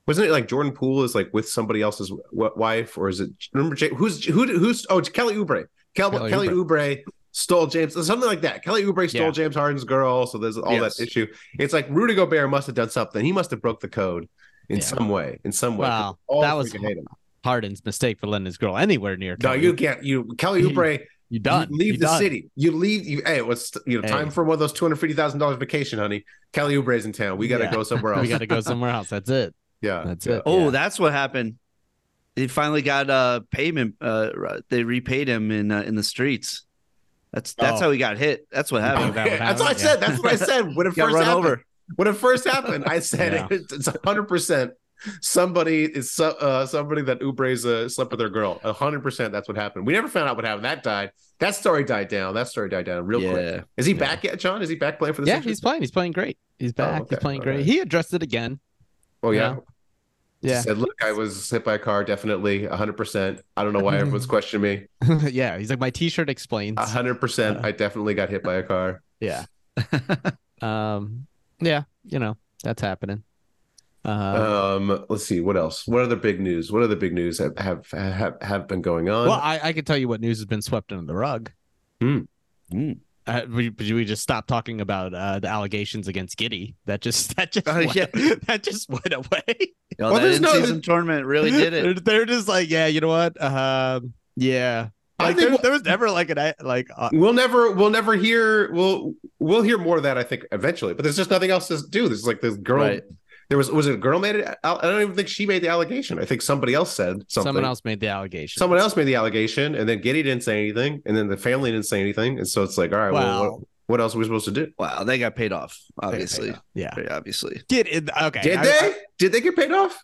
Wasn't it like Jordan Poole is like with somebody else's w- wife or is it remember Jay, who's who who's oh it's Kelly Oubre. Kel- Kelly Kelly, Oubre stole James, something like that. Kelly Oubre stole Yeah. James Harden's girl, so there's all Yes. that issue. It's like Rudy Gobert must have done something. He must have broke the code in Yeah. some way. In some way, Wow, All that was freaking hate him. Harden's mistake for letting his girl anywhere near. no. Kelly. You can't. You Kelly You- Oubre. you done. You leave You the done. city. You leave. You, hey, it was you know Hey. time for one of those two hundred fifty thousand dollars vacation, honey. Kelly Oubre's in town. We got to Yeah. go somewhere else. We got to go somewhere else. That's it. yeah, That's yeah. it. Oh, Yeah. that's what happened. They finally got uh payment. Uh, they repaid him in uh, in the streets. That's that's Oh. how he got hit. That's what Oh, happened. that would Okay, That's happen, what I yeah. said. That's what I said when it He got first run happened. over. When it first happened, I said Yeah. it, it's hundred percent. Somebody is so- uh, somebody that Ubre's uh, slept with their girl. hundred percent. That's what happened. We never found out what happened. That died. That story died down. That story died down real quick. Yeah. Is he back yet, John? Is he back playing for the? Yeah, Sixers? he's playing. He's playing great. He's back. He's okay, playing all great. right. He addressed it again. Oh yeah. Yeah. Yeah. Said, look, I was hit by a car. Definitely, hundred percent. I don't know why Mm. everyone's questioning me. yeah. He's like, my t shirt explains. hundred uh, percent. I definitely got hit by a car. Yeah. um, yeah. You know, that's happening. Uh, Um, let's see what else. What other big news? What other big news have have have, have been going on? well, I, I can tell you what news has been swept under the rug. Uh, Hmm. Hmm. Uh, we, we just stopped talking about uh, the allegations against Giddy. That just that just Uh, Oh, went, yeah. that just went away. Yo, Well, that there's no- in-season tournament really did it. They're, they're just like, yeah, you know what? Um, yeah. I Like, think there, what- there was never like an a- like uh, we'll never we'll never hear we'll we'll hear more of that i think eventually but there's just nothing else to do there's like this girl Right. there was was it a girl made it i I don't even think she made the allegation i think somebody else said something someone else made the allegation. someone else made the allegation and then giddy didn't say anything and then the family didn't say anything and so it's like all right well, Wow. what, what else are we supposed to do Wow, they got paid off. Obviously, yeah. Very obviously. Did it, okay. did I- they I- did they get paid off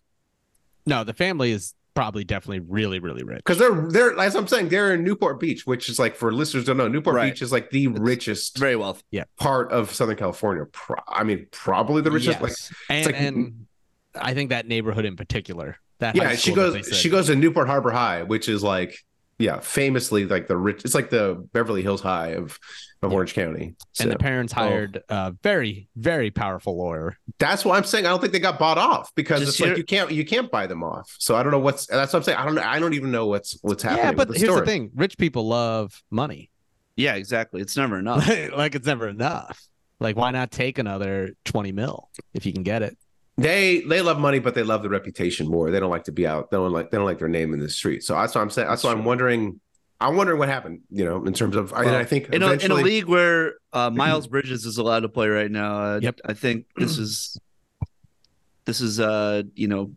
no, the family is probably definitely really really rich. because they're they're as i'm saying they're in newport beach which is like for listeners who don't know newport Right. beach is like the richest Very wealthy. part of southern california Pro- i mean probably the richest like Yes. and, like- and I think that neighborhood in particular. That high yeah she school that they goes said- she goes to newport harbor high which is like yeah famously like the rich it's like the beverly hills high of of orange county so and the parents hired a very very powerful lawyer. that's why i'm saying i don't think they got bought off because Just it's hear- like you can't you can't buy them off so i don't know what's that's what i'm saying i don't i don't even know what's what's happening Yeah, with but the here's story. the thing: rich people love money. Yeah, exactly. It's never enough. like it's never enough. Like why not take another twenty mil if you can get it? they they love money but they love the reputation more they don't like to be out they don't like they don't like their name in the street so that's what i'm saying that's why i'm wondering i'm wondering what happened you know in terms of and Well, i think in a, in a eventually- league where uh, Miles Bridges is allowed to play right now, uh, Yep. I think this is this is uh you know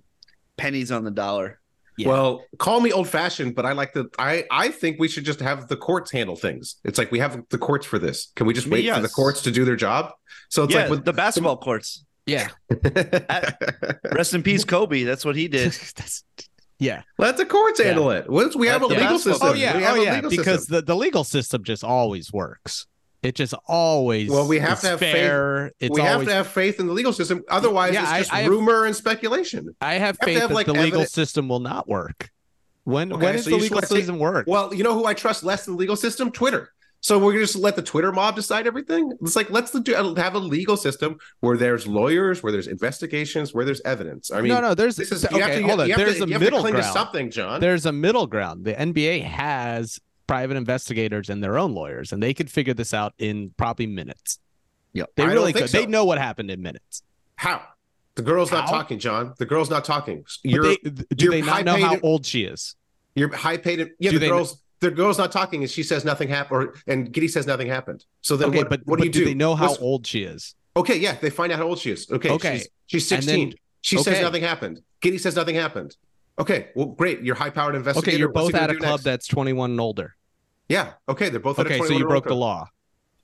pennies on the dollar. Yeah. Well, call me old fashioned, but I like the I I think we should just have the courts handle things. It's like we have the courts for this. Can we just I mean, wait for the yes. courts to do their job? So it's yeah, like with the basketball courts. Yeah, Uh, Rest in peace, Kobe. That's what he did. That's- yeah. let the courts Yeah. handle it. Once we have a Yeah. legal system. Oh yeah, we have oh a yeah. legal Because system. the, the legal system just always works. It just always Well, we have is to have faith- fair. It's we have always to have faith in the legal system. Otherwise, Yeah, it's I- just I have- rumor and speculation. I have have to faith have, that like, the legal evidence- system will not work. When Okay, when is so the you just legal wanna take- system work? Well, you know who I trust less than the legal system? Twitter. So we're gonna just let the Twitter mob decide everything. It's like let's do, have a legal system where there's lawyers, where there's investigations, where there's evidence. I mean, no, no. There's This is okay. you have to, you hold on. have to- There's you a have middle to cling ground. to something, John. There's a middle ground. The NBA has private investigators and their own lawyers, and they could figure this out in probably minutes. Yep. They I don't really think could. They so. know what happened in minutes. How? The girl's not How? talking, John. The girl's not talking. But You're they, th- do you're they not know how high-paid- old she is? you're high paid. Yeah, the Do they kn- girl's the girl's not talking, and she says nothing happened, or and Giddy says nothing happened. So then, okay, what, but what but do you do? they know how What's- old she is? Okay, yeah, they find out how old she is. Okay, Okay. she's, she's And then- sixteen. she says okay. nothing happened. Giddy says nothing happened. Okay, well, great. You're high powered investigator. Okay, you're What's he both gonna at a do club next? that's 21 and older. Yeah. Okay, they're both. at Okay, a so you 21 broke the code. law.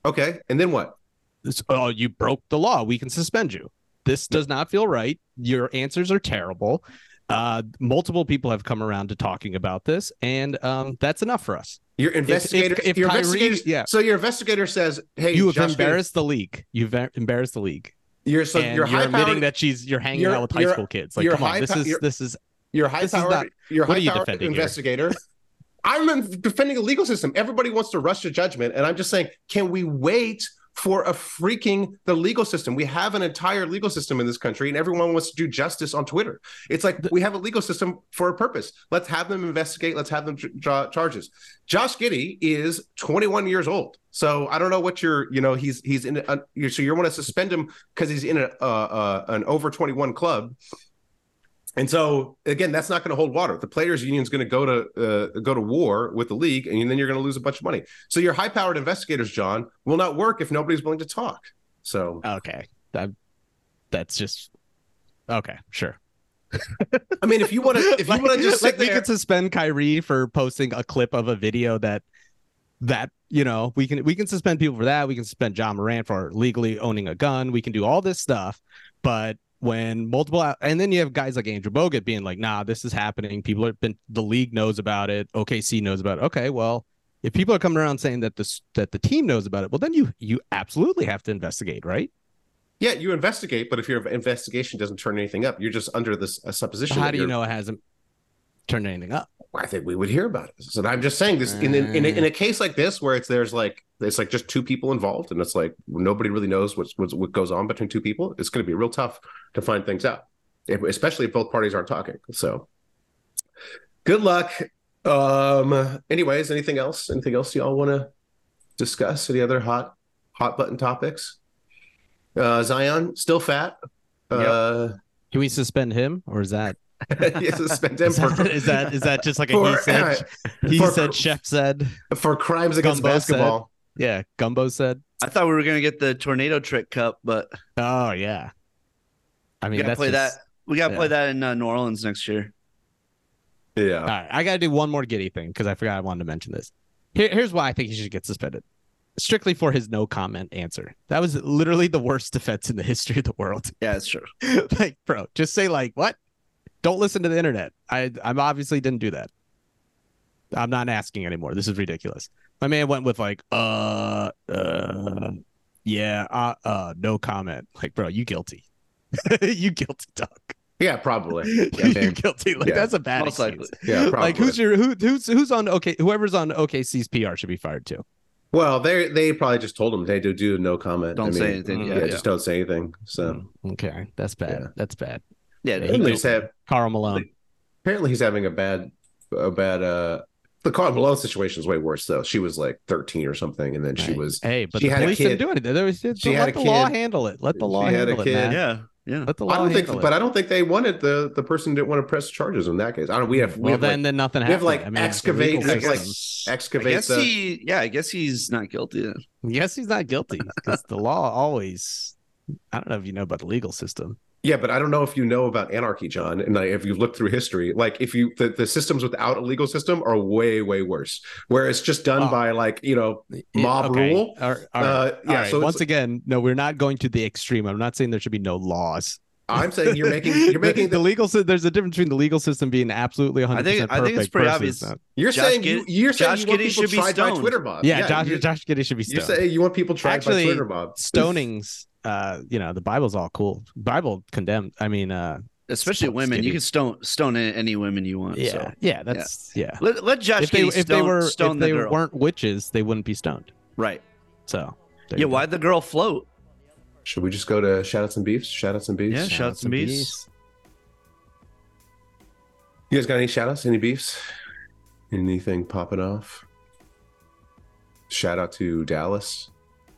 Okay, and then what? This- oh, you broke the law. We can suspend you. This does not feel right. Your answers are terrible. Uh, multiple people have come around to talking about this, and um, that's enough for us. Your investigator. if your Kyrie- investigator. yeah. So your investigator says, "Hey, you have Josh Giddy, embarrassed the league. You've em- embarrassed the league, You're so and you're you're, high admitting powered. that she's you're hanging you're- out with high you're- school kids. Like, you're come on, this high-pow- is you're- this is You're high This is powered. not- you're what high are you powered defending here? investigator. I'm in- defending a legal system. Everybody wants to rush to judgment, and I'm just saying, can we wait for a freaking the legal system. We have an entire legal system in this country, and everyone wants to do justice on Twitter. It's like we have a legal system for a purpose. Let's have them investigate. Let's have them dr- draw charges. Josh Giddy is 21 years old, so I don't know what you're. You know, he's he's in. A, you're, so you want to suspend him because he's in a uh, uh, an over 21 club. And so again, that's not going to hold water. The players' union is going to go to uh, go to war with the league, and then you're going to lose a bunch of money. So your high-powered investigators, John, will not work if nobody's willing to talk. So Okay. That, that's just okay. Sure. I mean, if you want to, if you want to just like sit we there, could suspend Kyrie for posting a clip of a video that that you know we can we can suspend people for that. We can suspend John Moran for legally owning a gun. We can do all this stuff, but when multiple and then you have guys like Andrew Bogut being like, "Nah, this is happening. People have been the league knows about it. OKC knows about it. Okay, well." If people are coming around saying that this that the team knows about it, well, then you you absolutely have to investigate, right? yeah, you investigate. But if your investigation doesn't turn anything up, you're just under this a supposition. How that do you you're- know it hasn't turned anything up? I think we would hear about it. So I'm just saying this in in, in, a, in a case like this where it's there's like it's like just two people involved, and it's like nobody really knows what's, what's what goes on between two people. It's going to be real tough to find things out, if, especially if both parties aren't talking. So, good luck. Um. Anyways, anything else? Anything else y'all want to discuss? Any other hot hot button topics? Uh, Zion still fat. Uh, Can we suspend him, or is that yes, suspend him Is that, for, is that is that just like a for- he said? he for- said. Chef said. for crimes against Gumbo said- basketball. Yeah, Gumbo said. I thought we were gonna get the tornado trick cup, but Oh yeah. I we mean, gotta that's play just- that. We gotta yeah. play that in uh, New Orleans next year. Yeah. All right, I gotta do one more giddy thing because I forgot I wanted to mention this. Here, here's why I think he should get suspended, strictly for his no comment answer. That was literally the worst defense in the history of the world. Yeah, it's true. like, bro, just say like, what? Don't listen to the internet. I I obviously didn't do that. I'm not asking anymore. This is ridiculous. My man went with like, uh, uh, yeah, uh, uh, no comment. Like, bro, you guilty. you guilty, dog. Yeah, probably. I you mean, guilty. Like yeah. that's a bad Most excuse. likely. yeah, probably. Like who's your who who's who's on OK whoever's on OKC's PR should be fired too. well, they they probably just told him they do do no comment. Don't say anything, yeah, yeah. just don't say anything. Mm. So Okay, that's bad. Yeah. That's bad. Yeah, Yeah. dude. apparently he's, have, Carl Malone. apparently he's having a bad a bad uh the Carl Malone situation is way worse though. She was like 13 or something, and then she Right. was Hey, but she the had a police didn't kid. do anything. There was, She let had a the law kid. handle it. Let the law She had a handle it, kid. man. yeah, yeah. Let the law I don't think handle but it. I don't think they wanted the the person didn't want to press charges in that case. I don't we have we well, have then, like, then nothing we have, happened. like, I mean, it's the excavate- legal it's like- system. I excavate guess the he, yeah, I guess he's not guilty. Then. yes, he's not guilty because the law always. I don't know if you know about the legal system. Yeah, but I don't know if you know about anarchy, John. And like, if you've looked through history, like if you the, the systems without a legal system are way way worse, where it's just done Oh. by like you know mob Okay. rule. All right, all right. Uh, All yeah, right, so it's- once again, no, we're not going to the extreme. I'm not saying there should be no laws. I'm saying you're making you're making the, the, legal system. There's a difference between the legal system being absolutely 100 think- percent I perfect. think it's pretty versus obvious. not. you're Josh saying Gid- you, you're saying Josh you want Giddey people should be tried by stoned. Twitter mob. Yeah, Josh, you're, Josh Giddy should be you're stoned. saying you want people tried Actually, by Twitter mob. Stonings, uh, you know, the Bible's all cool. Bible condemned. I mean, uh, Especially Sports women, you skinny. can stone stone any women you want. yeah, So. yeah, that's yeah. Let, let Josh If they Giddey if they stone- were stone if the they girl. weren't witches, they wouldn't be stoned. right. So there Yeah, you go. why'd the girl float? Should we just go to shoutouts and beefs? Shoutouts and beefs. Yeah, shout- Shouts and beefs. You guys got any shoutouts? Any beefs? Anything popping off? Shout out to Dallas,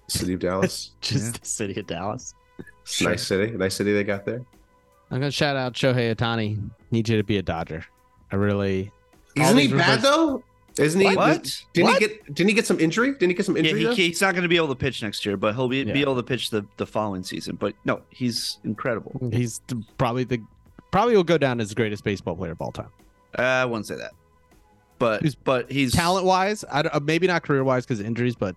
city of Dallas. Just the city of Dallas. Nice city. Nice city they got there. I'm gonna shout out Shohei Otani. Need you to be a Dodger. I really All Isn't he these bad reverse- though? Isn't he? What? Didn't What? he get? Didn't he get some injury? Didn't he get some Yeah, injury? he, though? he's not going to be able to pitch next year, but he'll be, Yeah. be able to pitch the, the following season. But no, he's incredible. he's th- probably the probably will go down as the greatest baseball player of all time. Uh, I wouldn't say that, but He's- but he's Talent wise, I don't- uh, maybe not career wise because injuries, but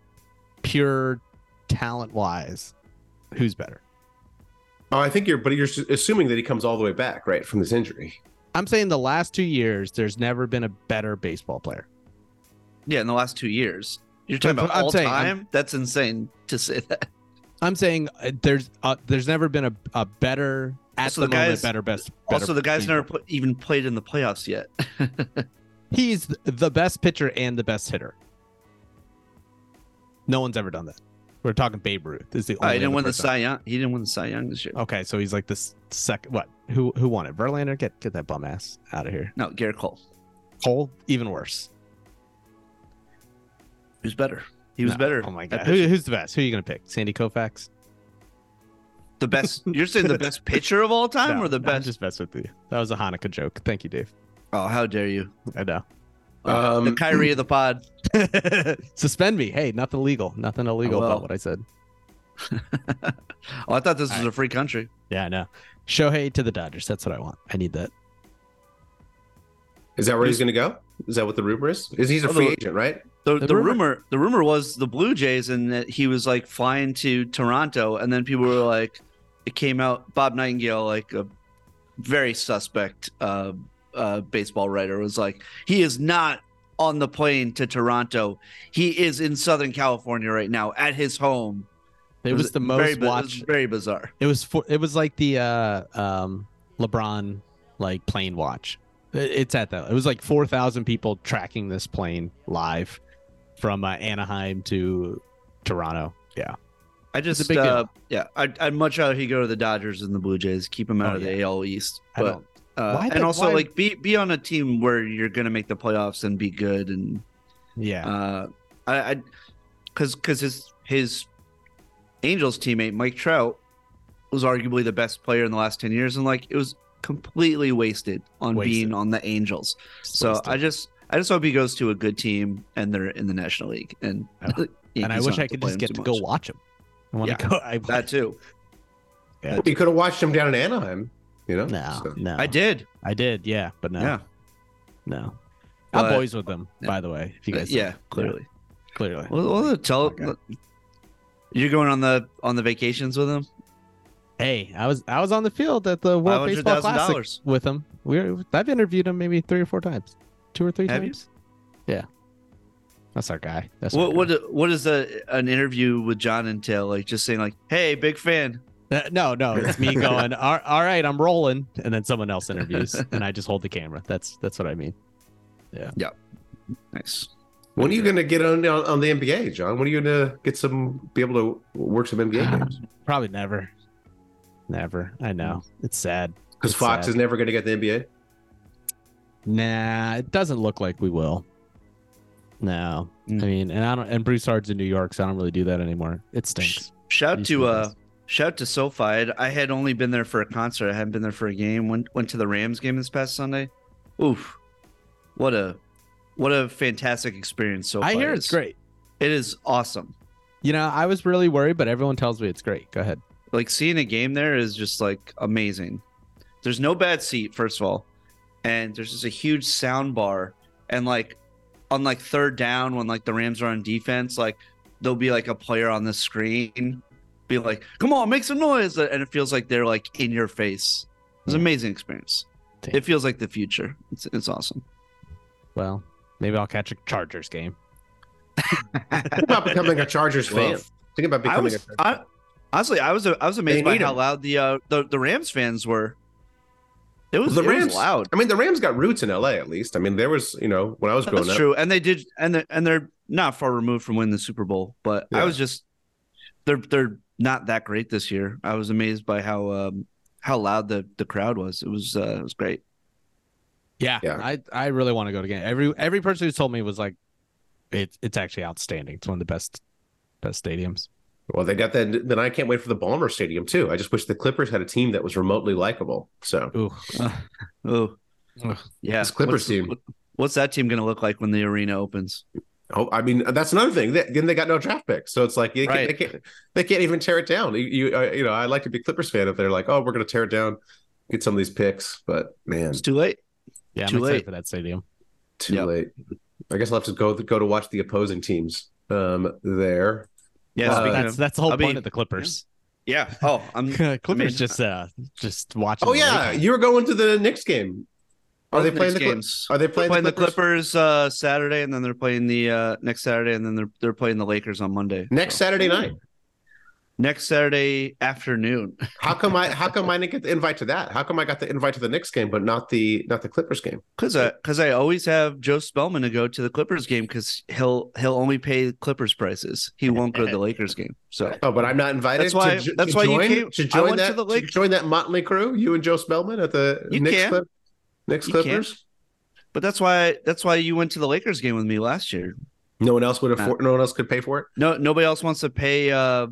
pure talent wise, who's better? oh, I think you're. But you're s- assuming that he comes all the way back, right, from this injury. I'm saying the last two years, there's never been a better baseball player. Yeah, in the last two years, you're talking I'm- about I'm all saying, I'm- time. That's insane to say that. I'm saying uh, there's uh, there's never been a, a better at Also, the, the moment guys- better best. also, better the guy's baseball never put, even played in the playoffs yet. He's th- the best pitcher and the best hitter. No one's ever done that. We're talking Babe Ruth. Is the Oh. I only didn't other win the person. Cy Young. He didn't win the Cy Young this year. Okay, so he's like this second. What? Who who won it? Verlander, get get that bum ass out of here. No, Garrett Cole. Cole, even worse. Who's better? He was No. better. Oh my at god, who, who's the best? Who are you gonna pick? Sandy Koufax. The best. You're saying the best pitcher of all time, No, or the no, I'm best? just best with you. That was a Hanukkah joke. Thank you, Dave. Oh, how dare you! I the Um, Kyrie of the pod. know. Suspend me. Hey, nothing legal. Nothing illegal will. about what I said. Oh, I thought this was a free country. Yeah, I know. Shohei to the Dodgers. That's what I want. I need that. Is that where he's going to go? Is that what the rumor is? Is he's a Oh, the- free agent, right? The, The the, rumor- rumor. the rumor was the Blue Jays, and that he was like flying to Toronto, and then people were like, it came out. Bob Nightingale, like a very suspect uh, uh, baseball writer, was like, he is not on the plane to Toronto. He is in Southern California right now at his home. It was the very bu- most it was watched. Very bizarre. It was for. It was like the uh, um, LeBron like plane watch. It- It's at that. It was like four thousand people tracking this plane live from uh, Anaheim to Toronto. Yeah, I It's just a big deal. uh, yeah, I'd, I'd much rather he go to the Dodgers than the Blue Jays. Keep him out Oh, of yeah. the AL East. I But don't- uh, Why and the- also why- like be be on a team where you're gonna make the playoffs and be good and yeah. uh, I, I, cause, cause his his Angels teammate Mike Trout was arguably the best player in the last ten years, and like it was completely wasted on Wasted. being on the Angels. So I just, I just hope he goes to a good team and they're in the National League. And Yeah. and I Yankees wish don't I have could play just him get to too go much. watch him. I want to Yeah. go. I, that too. Yeah. You could have watched him down in Anaheim, you know? no, So- no, I did. I did, yeah, but no, Yeah. no. I'm But- boys with them, by the way. If you Uh, guys, yeah, clearly. clearly. Well, well, tell. Okay. You're going on the on the vacations with him. Hey, I was I was on the field at the World Baseball Classic $500,000. with him. We were, I've interviewed him maybe three or four times, two or three Have you? times. Yeah, that's our guy. That's What our what what does a, an interview with John entail? Like just saying like, "Hey, big fan." guy. Uh, no, no, it's me going. all, all right, I'm rolling, and then someone else interviews, and I just hold the camera. That's that's what I mean. Nice. When are you going to get on, on on the NBA, John? When are you going to get some, be able to work some Ah, NBA games? Probably never, never. I know Mm. it's sad. Because It's Fox sad. is never going to get the NBA. Nah, it doesn't look like we will. No, I mean, and I don't. And Bruce Hard's in New York, so I don't really do that anymore. It stinks. Shout These to uh guys. shout to SoFi. I'd- I had only been there for a concert. I hadn't been there for a game. Went went to the Rams game this past Sunday. Oof. What a what a fantastic experience SoFi. I hear it's is. great. It is awesome. You know, I was really worried, but everyone tells me it's great. Go ahead. Like seeing a game there is just like amazing. There's no bad seat, first of all. And there's just a huge sound bar. And like on like third down when like the Rams are on defense, like there'll be like a player on the screen be like, Come on, make some noise. And it feels like they're like in your face. It's an amazing experience. Damn. It feels like the future. It's it's awesome. Well, maybe I'll catch a Chargers game. Think about becoming a Chargers fan. Well, Think about I becoming a was Chargers I, honestly I was I was amazed by need how 'em. loud the uh the, the Rams fans were. It was the it was Rams. loud. I mean, the Rams got roots in LA, at least. I mean, there was, you know, when I was growing That's up. true, and they did, and they're, and they're not far removed from winning the Super Bowl. But Yeah. I was just they're they're not that great this year. I was amazed by how um how loud the the crowd was. It was uh, it was great. Yeah, Yeah. I I really want to go to game. Every every person who's told me was like, it's it's actually outstanding. It's one of the best best stadiums. Well, they got that. Then I can't wait for the Balmer Stadium too. I just wish the Clippers had a team that was remotely likable. So Ooh, Oh, Ugh. yeah. This Clippers what's, team. what- what's that team going to look like when the arena opens? Oh, I mean, that's another thing. They, then they got no draft picks, so it's like they can't, Right. they can't they can't even tear it down. You you, uh, you know, I'd like to be a Clippers fan if they're like, oh, we're gonna tear it down, get some of these picks, but man, It's too late. yeah, I'm Too excited late. for that stadium. too Yep. late. I guess I'll have to go go to watch the opposing teams um there. Yeah, Uh, speaking that's of- that's the whole I'll be- point of the Clippers. yeah. Oh, I'm Clippers just uh just watching. Oh the yeah, Lakers. you were going to the Knicks game. Are they both playing Knicks the Clip- games? Are they They're playing, playing the Clippers uh, Saturday, and then they're playing the uh, next Saturday, and then they're they're playing the Lakers on Monday. next So- Saturday night? next Saturday afternoon. How come I? How come I didn't get the invite to that? How come I got the invite to the Knicks game, but not the not the Clippers game? Cause I, cause I always have Joe Spellman to go to the Clippers game because he'll he'll only pay Clippers prices. He won't go to the Lakers game. So Oh, but I'm not invited. That's why- To, jo- that's to why you join, came- to I join went that. to the to Lakers. join that motley crew. You and Joe Spellman at the You Knicks, can. Clip, Knicks You can. Clippers. but that's why that's why you went to the Lakers game with me last year. No one else would afford. no one else could pay for it. No nobody else wants to pay uh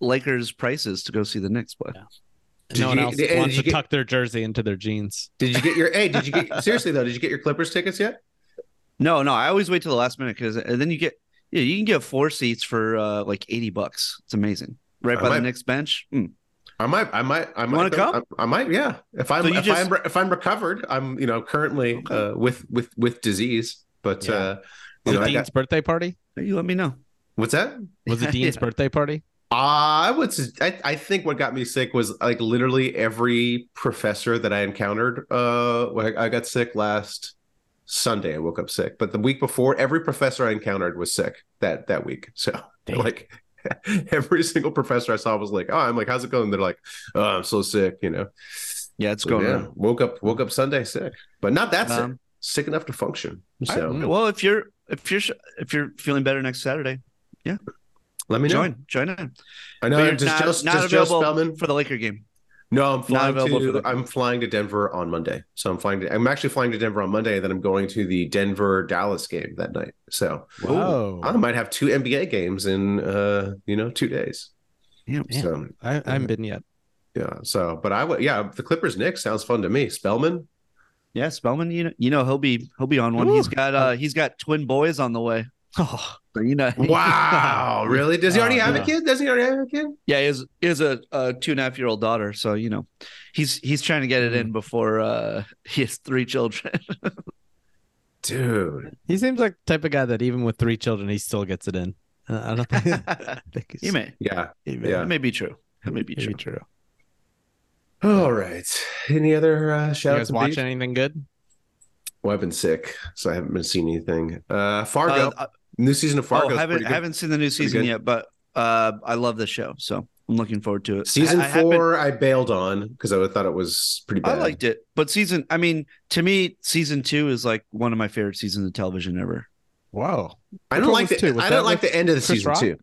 Lakers prices to go see the Knicks play. Did no one you- else did- wants did to you get- tuck their jersey into their jeans. Did you get your? hey, did you get? Seriously though, did you get your Clippers tickets yet? No, no, I always wait till the last minute because and then you get yeah, you can get four seats for uh like eighty bucks. It's amazing. Right I by might- the Knicks bench. Mm. I might, I might, I might wanna go- come? I, I might, yeah. If I'm, So you if just- I'm, re- if I'm recovered, I'm, you know, currently Okay. uh, with with with disease. But Yeah. uh, you Was know, it I Dean's got, birthday party? You let me know. what's that? Was it Dean's Yeah. birthday party? I would. sus- I, I think what got me sick was like literally every professor that I encountered. Uh, when I I got sick last Sunday. I woke up sick, but the week before, every professor I encountered was sick that that week. So Damn. like. Every single professor I saw was like, "Oh, I'm like, how's it going?" They're like, "Oh, I'm so sick," you know. Yeah, it's going Oh, yeah, on. woke up woke up Sunday sick, but not that sick. Um, Sick enough to function. all right, So well, if you're if you're sh- if you're feeling better next Saturday, let me know. join join in. I But know. you're Does, not, Joe, not does Joe available Spellman? for the Laker game. No, I'm flying available for to. the- I'm flying to Denver on Monday. So I'm flying to. I'm actually flying to Denver on Monday, and then I'm going to the Denver Dallas game that night. So Whoa. I might have two NBA games in uh you know two days. Yeah, man. So I, I haven't been yet. yeah. So but I would yeah. The Clippers Knicks sounds fun to me. Spellman. Yeah, Spellman, you know, you know he'll be he'll be on one. He's got uh he's got twin boys on the way. Oh, So you know, Wow, really? Does he Oh, already have yeah. a kid? Does he already have a kid? yeah, he has, he has a, a two and a half year old daughter, so you know, he's he's trying to get it Mm. in before uh he has three children. Dude, he seems like the type of guy that even with three children, he still gets it in. Uh, I don't think. I think he's, he may, yeah. he may, Yeah. it may be true. It may be maybe true. true. All right. Any other uh, You shout outs? guys watch anything good? Well, I've been sick, so I haven't been seeing anything. Uh, Fargo, Uh, I- new season of Fargo. oh, haven't haven't seen the new season good. yet, but uh I love the show, so I'm looking forward to it. Season I- I have been- four, I bailed on because I thought it was pretty I bad. liked it, but season I mean, to me, season two is like one of my favorite seasons of television ever. Whoa. I don't Which one like was the. two? Was I don't that like with the end of the Chris season Rock? two.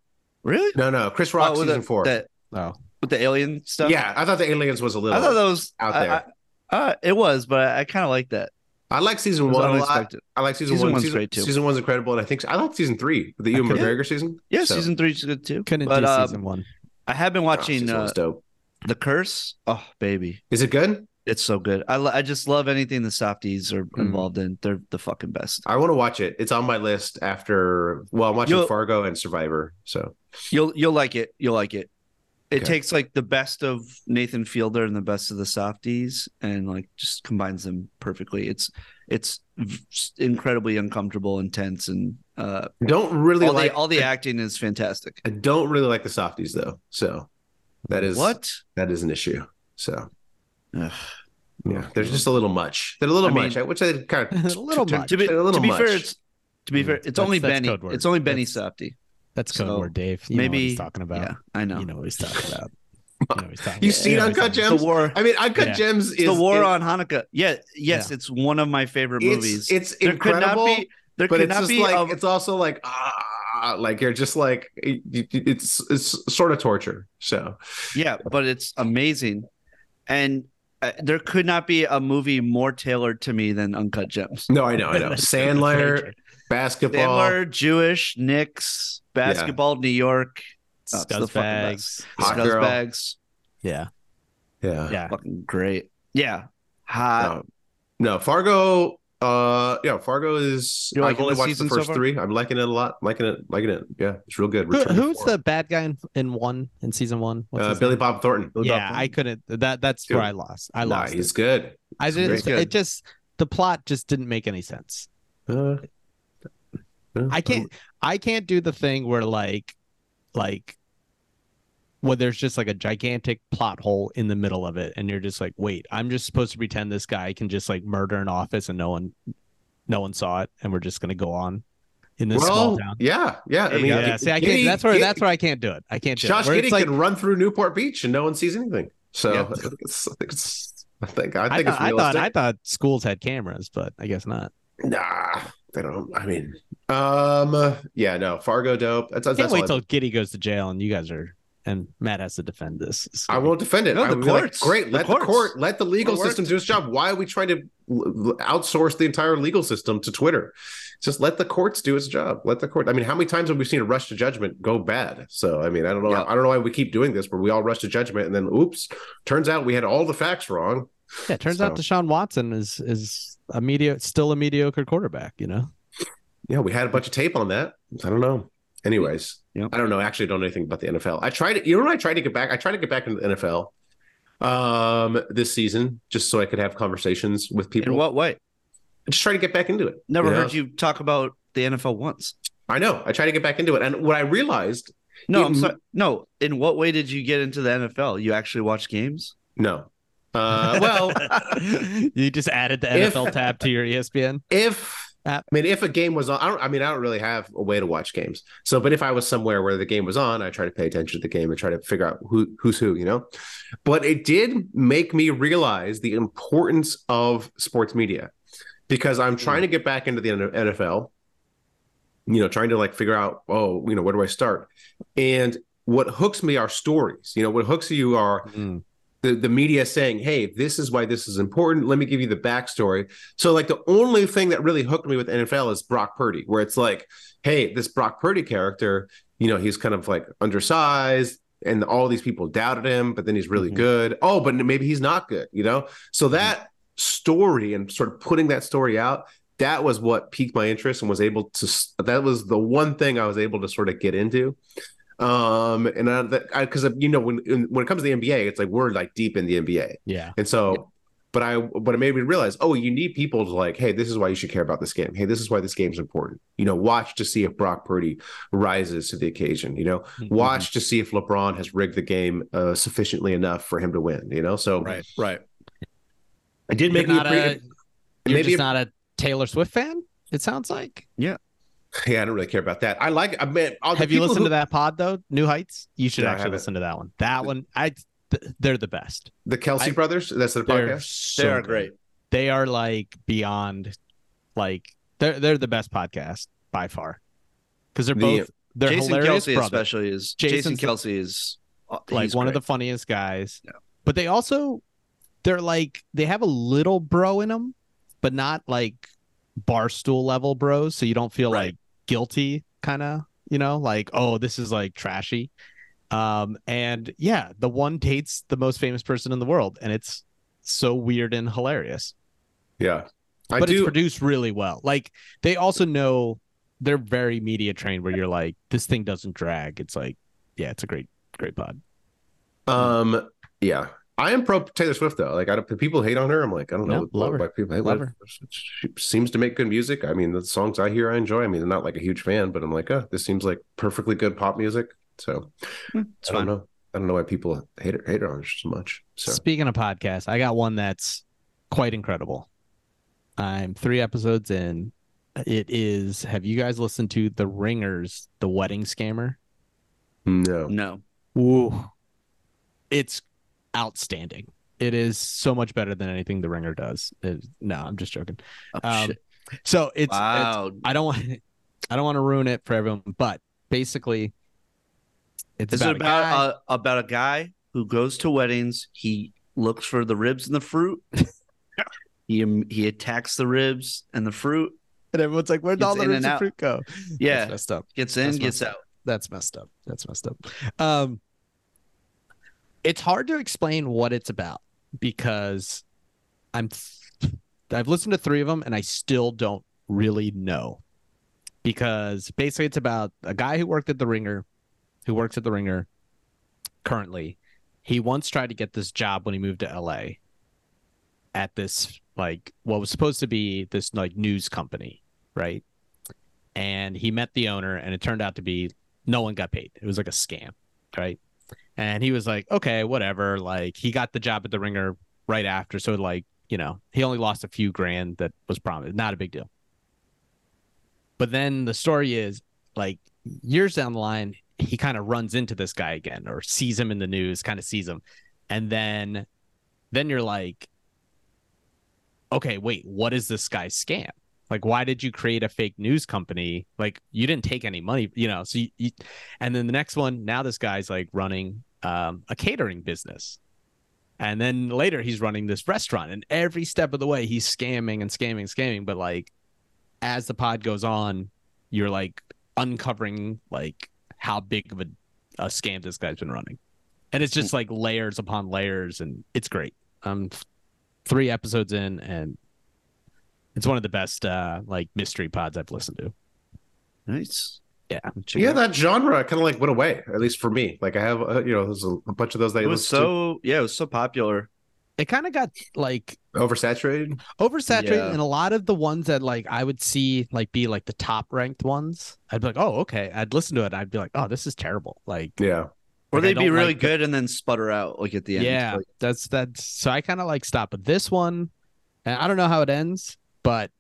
Really? No, no, Chris Rock Oh, with season the- four. that- Oh. with the alien stuff. yeah, I thought the aliens was a little. I thought that was out I- there. I- uh, it was, but I, I kind of like that. I like It season was one a lot. unexpected. I like season, Season one. one's season, great, too. season one's incredible, and I think I like season three, the Ewan Okay. McGregor season. Yeah, So, season three's good too. Couldn't but do uh, um, season one. I have been oh, watching season uh, one's dope. The Curse. Oh, baby, Is it good? it's so good. I lo- I just love anything the softies are Mm. involved in. They're the fucking best. I want to watch it. It's on my list after. Well, I'm watching You'll- Fargo and Survivor. So You'll you'll like it. You'll like it. It Okay. takes like the best of Nathan Fielder and the best of the softies, and like just combines them perfectly. It's it's v- incredibly uncomfortable, intense, and uh, don't really all, like the, all the acting is fantastic. I don't really like the softies though. So that is what? that is an issue. So Ugh. yeah, they're just a little much. They're a little I mean- much. I wish I did kind of A little much. To be, a little to be much. fair, it's to be Mm, fair, it's that's- only that's Benny. code word. It's only Benny That's- Softy. That's code so, word, Dave. You know what maybe- he's talking about. Yeah, I know. You know what he's talking about. know what he's talking You about. seen know what he's Uncut talking about. Gems? The war, I mean, Uncut Yeah. Gems is the war it- on Hanukkah. Yeah, yes, it's one of my favorite it's, movies. It's there incredible, could not be. There but could it's not just be. like a- it's also like ah, like you're just like it- it- it's it's sort of torture. So yeah, but it's amazing, and uh, there could not be a movie more tailored to me than Uncut Gems. no, I know, I know. Sandler, basketball, Sandler, Jewish, Knicks, basketball, New York, Oh, it's the fucking Scuzzbags. Hot Scuzz Girl. bags, Yeah. yeah, Yeah. fucking great. Yeah, hot. Oh, No. No, Fargo. Uh, yeah, Fargo is. You I've liking only the watched the season so first far? three. I'm liking it a lot. Liking it. Liking it. Yeah, it's real good. Who, Return to who's form. the bad guy in, in one in season one? What's uh, his Billy name? Bob Thornton? Yeah, I couldn't. That that's Dude. where I lost. I Nah, lost. it. he's good. I great. just, Good. it just the plot just didn't make any sense. Uh, yeah, I can't I can't do the thing where like like where there's just like a gigantic plot hole in the middle of it and you're just like wait I'm just supposed to pretend this guy can just like murder an office and no one no one saw it and we're just gonna go on in this small Well, town. yeah, yeah. I mean, yeah, see, I can't. Giddy- that's where Giddy- that's where I can't do it. I can't do Josh it. Where Giddy it's like, can run through Newport Beach and no one sees anything. So Yeah. I think it's, I think it's, I think, I I, think it's thought, I thought realistic. I thought schools had cameras, but I guess not. nah, they don't. I mean, um, yeah, no, Fargo dope. That's, I that's, can't all wait I- till Giddy goes to jail and you guys are and Matt has to defend this. It's I gonna be- won't defend it. No, I the would be like, courts. great. The Let courts. the court, let the legal Court system works. do its job. Why are we trying to l- l- outsource the entire legal system to Twitter? Just let the courts do its job. Let the court. I mean, how many times have we seen a rush to judgment go bad? So I mean, I don't know. Yeah. I don't know why we keep doing this, where we all rush to judgment and then, oops, turns out we had all the facts wrong. Yeah, it turns out So- Deshaun Watson is is a medio still a mediocre quarterback. You know, Yeah, we had a bunch of tape on that. I don't know. Anyways, Yep. I don't know. Actually, I don't know anything about the NFL. I tried to, you know what I tried to get back? I tried to get back into the NFL um this season just so I could have conversations with people. In what way? just try to get back into it. Never you know? heard you talk about the NFL once. I know. I try to get back into it, and what I realized, No, It- I'm sorry. No, in what way did you get into the NFL? You actually watch games? no. Uh, well, you just added the If- NFL tab to your E ESPN. if I Uh, App. mean, if a game was on, I don't. I mean, I don't really have a way to watch games. So, but if I was somewhere where the game was on, I try to pay attention to the game and try to figure out who who's who, you know. But it did make me realize the importance of sports media because I'm trying to get back into the NFL. You know, trying to like figure out, oh, you know, where do I start? And what hooks me are stories. You know, what hooks you are the, the media saying, hey, this is why this is important. Let me give you the backstory. So, like, the only thing that really hooked me with NFL is Brock Purdy, where it's like, hey, this Brock Purdy character, you know, he's kind of like undersized and all these people doubted him, but then he's really Mhm. good. Oh, but maybe he's not good, you know? So, that story and sort of putting that story out, that was what piqued my interest and was able to, s- that was the one thing I was able to sort of get into um and i because you know when in- when it comes to the nba it's like we're like deep in the nba Yeah, and so but i but it made me realize oh you need people to like hey this is why you should care about this game hey this is why this game's important you know watch to see if brock purdy rises to the occasion you know Mm-hmm. Hmm. watch to see if lebron has rigged the game uh, sufficiently enough for him to win you know so Right, right. it did You're make me not a, appre- you're maybe just a- not a Taylor Swift fan. It sounds like. yeah i don't really care about that i like i mean all the Have you people listened who- to that pod though? New Heights. You should No, I actually haven't. listen to that one. That one, I. th- They're the best. the kelsey I- brothers that's their They're podcast so good. They are like beyond, like they're they're the best podcast by far, because they're The- both they're Jason hilarious. Kelsey brothers. especially is Jason Jason's- Kelsey is uh, like he's one of the great. funniest guys. Yeah. But they also they're like they have a little bro in them, but not like barstool level bros, so you don't feel Right. like guilty kind of, you know, like oh, this is like trashy. Um and yeah, the one dates the most famous person in the world and it's so weird and hilarious. yeah i but it's do produced really well. Like they also know they're very media trained where you're like this thing doesn't drag. It's like yeah, it's a great great pod. Um, yeah, I am pro Taylor Swift though. Like, I don't, people hate on her. I'm like, I don't No, know love her. why people hate Love her. her. She seems to make good music. I mean, the songs I hear, I enjoy. I mean, I'm not like a huge fan, but I'm like, oh, this seems like perfectly good pop music. So It's I don't fun. know. I don't know why people hate her, hate her on her so much. So Speaking of podcasts, I got one that's quite incredible. I'm three episodes in. It is. Have you guys listened to The Ringers, The Wedding Scammer? Mm, no, no. Ooh, it's outstanding. It is so much better than anything The Ringer does. It- no, I'm just joking. Oh, Um, shit. So it's, it's- wow. I don't want. I don't want to ruin it for everyone, but basically, it's Is about, uh, it a guy- about a, about a guy who goes to weddings? He looks for the ribs and the fruit. he um, he attacks the ribs and the fruit. and everyone's like, "Where'd all It's the in ribs and and out. fruit go?" Yeah. That's messed up. Gets in, That's gets out. that's messed up. That's messed up. Um, it's hard to explain what it's about because I'm th- I've listened to three of them and I still don't really know because basically it's about a guy who worked at the Ringer, who works at the Ringer currently. He once tried to get this job when he moved to LA at this like what was supposed to be this like news company, right? And he met the owner and it turned out to be no one got paid. It was like a scam, right? And he was like, okay, whatever. Like he got the job at the Ringer right after, so like you know he only lost a few grand that was promised, not a big deal. But then the story is like years down the line, he kind of runs into this guy again or sees him in the news, kind of sees him. And then then you're like, okay, wait, what is this guy's scam? Like, why did you create a fake news company? Like, you didn't take any money, you know. So, you, you, and then the next one, now this guy's like running um, a catering business, and then later he's running this restaurant, and every step of the way he's scamming and scamming, and scamming. But like, as the pod goes on, you're like uncovering like how big of a, a scam this guy's been running, and it's just like layers upon layers, and it's great. I'm f- three episodes in, and it's one of the best uh like mystery pods I've listened to. Nice. Yeah. Check it Yeah, out. that genre kind of like went away, at least for me. Like I have, uh, you know, there's a, a bunch of those that I it was listen to. so yeah, it was so popular. It kind of got like oversaturated. oversaturated Yeah. and a lot of the ones that like I would see like be like the top ranked ones. I'd be like, "Oh, okay." I'd listen to it. I'd be like, "Oh, this is terrible." Like Yeah. Or Like, I they'd be don't really like the- good and then sputter out like at the yeah, end. Like, that's that's so I kind of like stop but this one and I don't know how it ends, but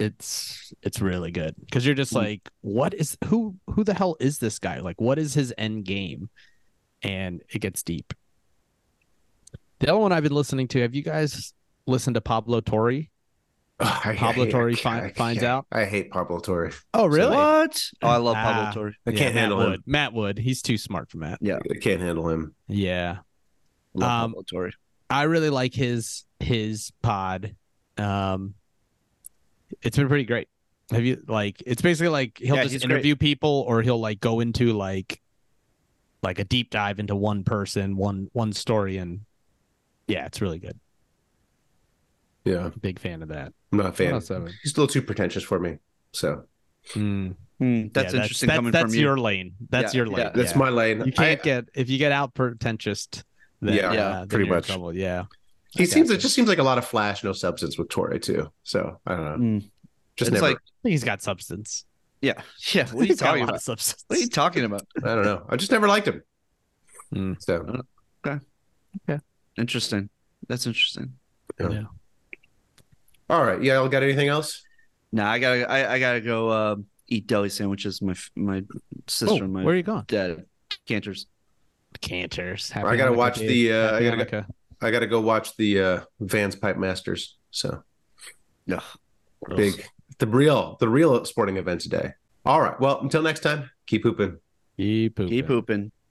it's it's really good cuz you're just Mm. like, "What is who who the hell is this guy? Like what is his end game?" And it gets deep. The other one I've been listening to, have you guys listened to Pablo Torre? Ugh, I- I Pablo hate- I Torre can't- I fin- finds can't- out. I hate Pablo Torre. Oh, What? Oh, I love Ah. Pablo Torre. I can't Matt handle Wood. him. Matt Wood. He's too smart for Matt. I can't handle him. Yeah. Love Um, Pablo Torre. I really like his his pod. Um it's been pretty great. Have you like it's basically like he'll Yeah, just he's great. interview people or he'll like go into like like a deep dive into one person, one one story and yeah, it's really good. Yeah, Big fan of that. I'm not a fan. What else have I- He's a little too pretentious for me. So Hmm. Hmm, Yeah, that's interesting that's, coming that's from your you. lane. That's Yeah, your lane. yeah. that's Yeah. my lane. You I- can't get if you get out pretentious then, Yeah, uh, Yeah, then pretty you're in much. trouble. Yeah. he I seems. gotcha. It just seems like a lot of flash, no substance with Torre too. So I don't know. Hmm. Mm. Just It's never. like- I think he's got substance. Yeah, yeah. What are you He's got a talking lot about? of substance. Oh, What are you talking about? I don't know. I just never liked him. Mm. So Interesting. That's interesting. all right, yeah. Y'all got anything else? Nah, I gotta, I, I gotta go um, eat deli sandwiches. My f- my sister Oh, and my where are you going? dad canters. Canters. I gotta watch the, uh, I gotta go- I got to go watch the uh, Vans Pipe Masters. So Ugh. big, the real, the real sporting event today. All right. Well, until next time, keep hooping. Keep Keep pooping.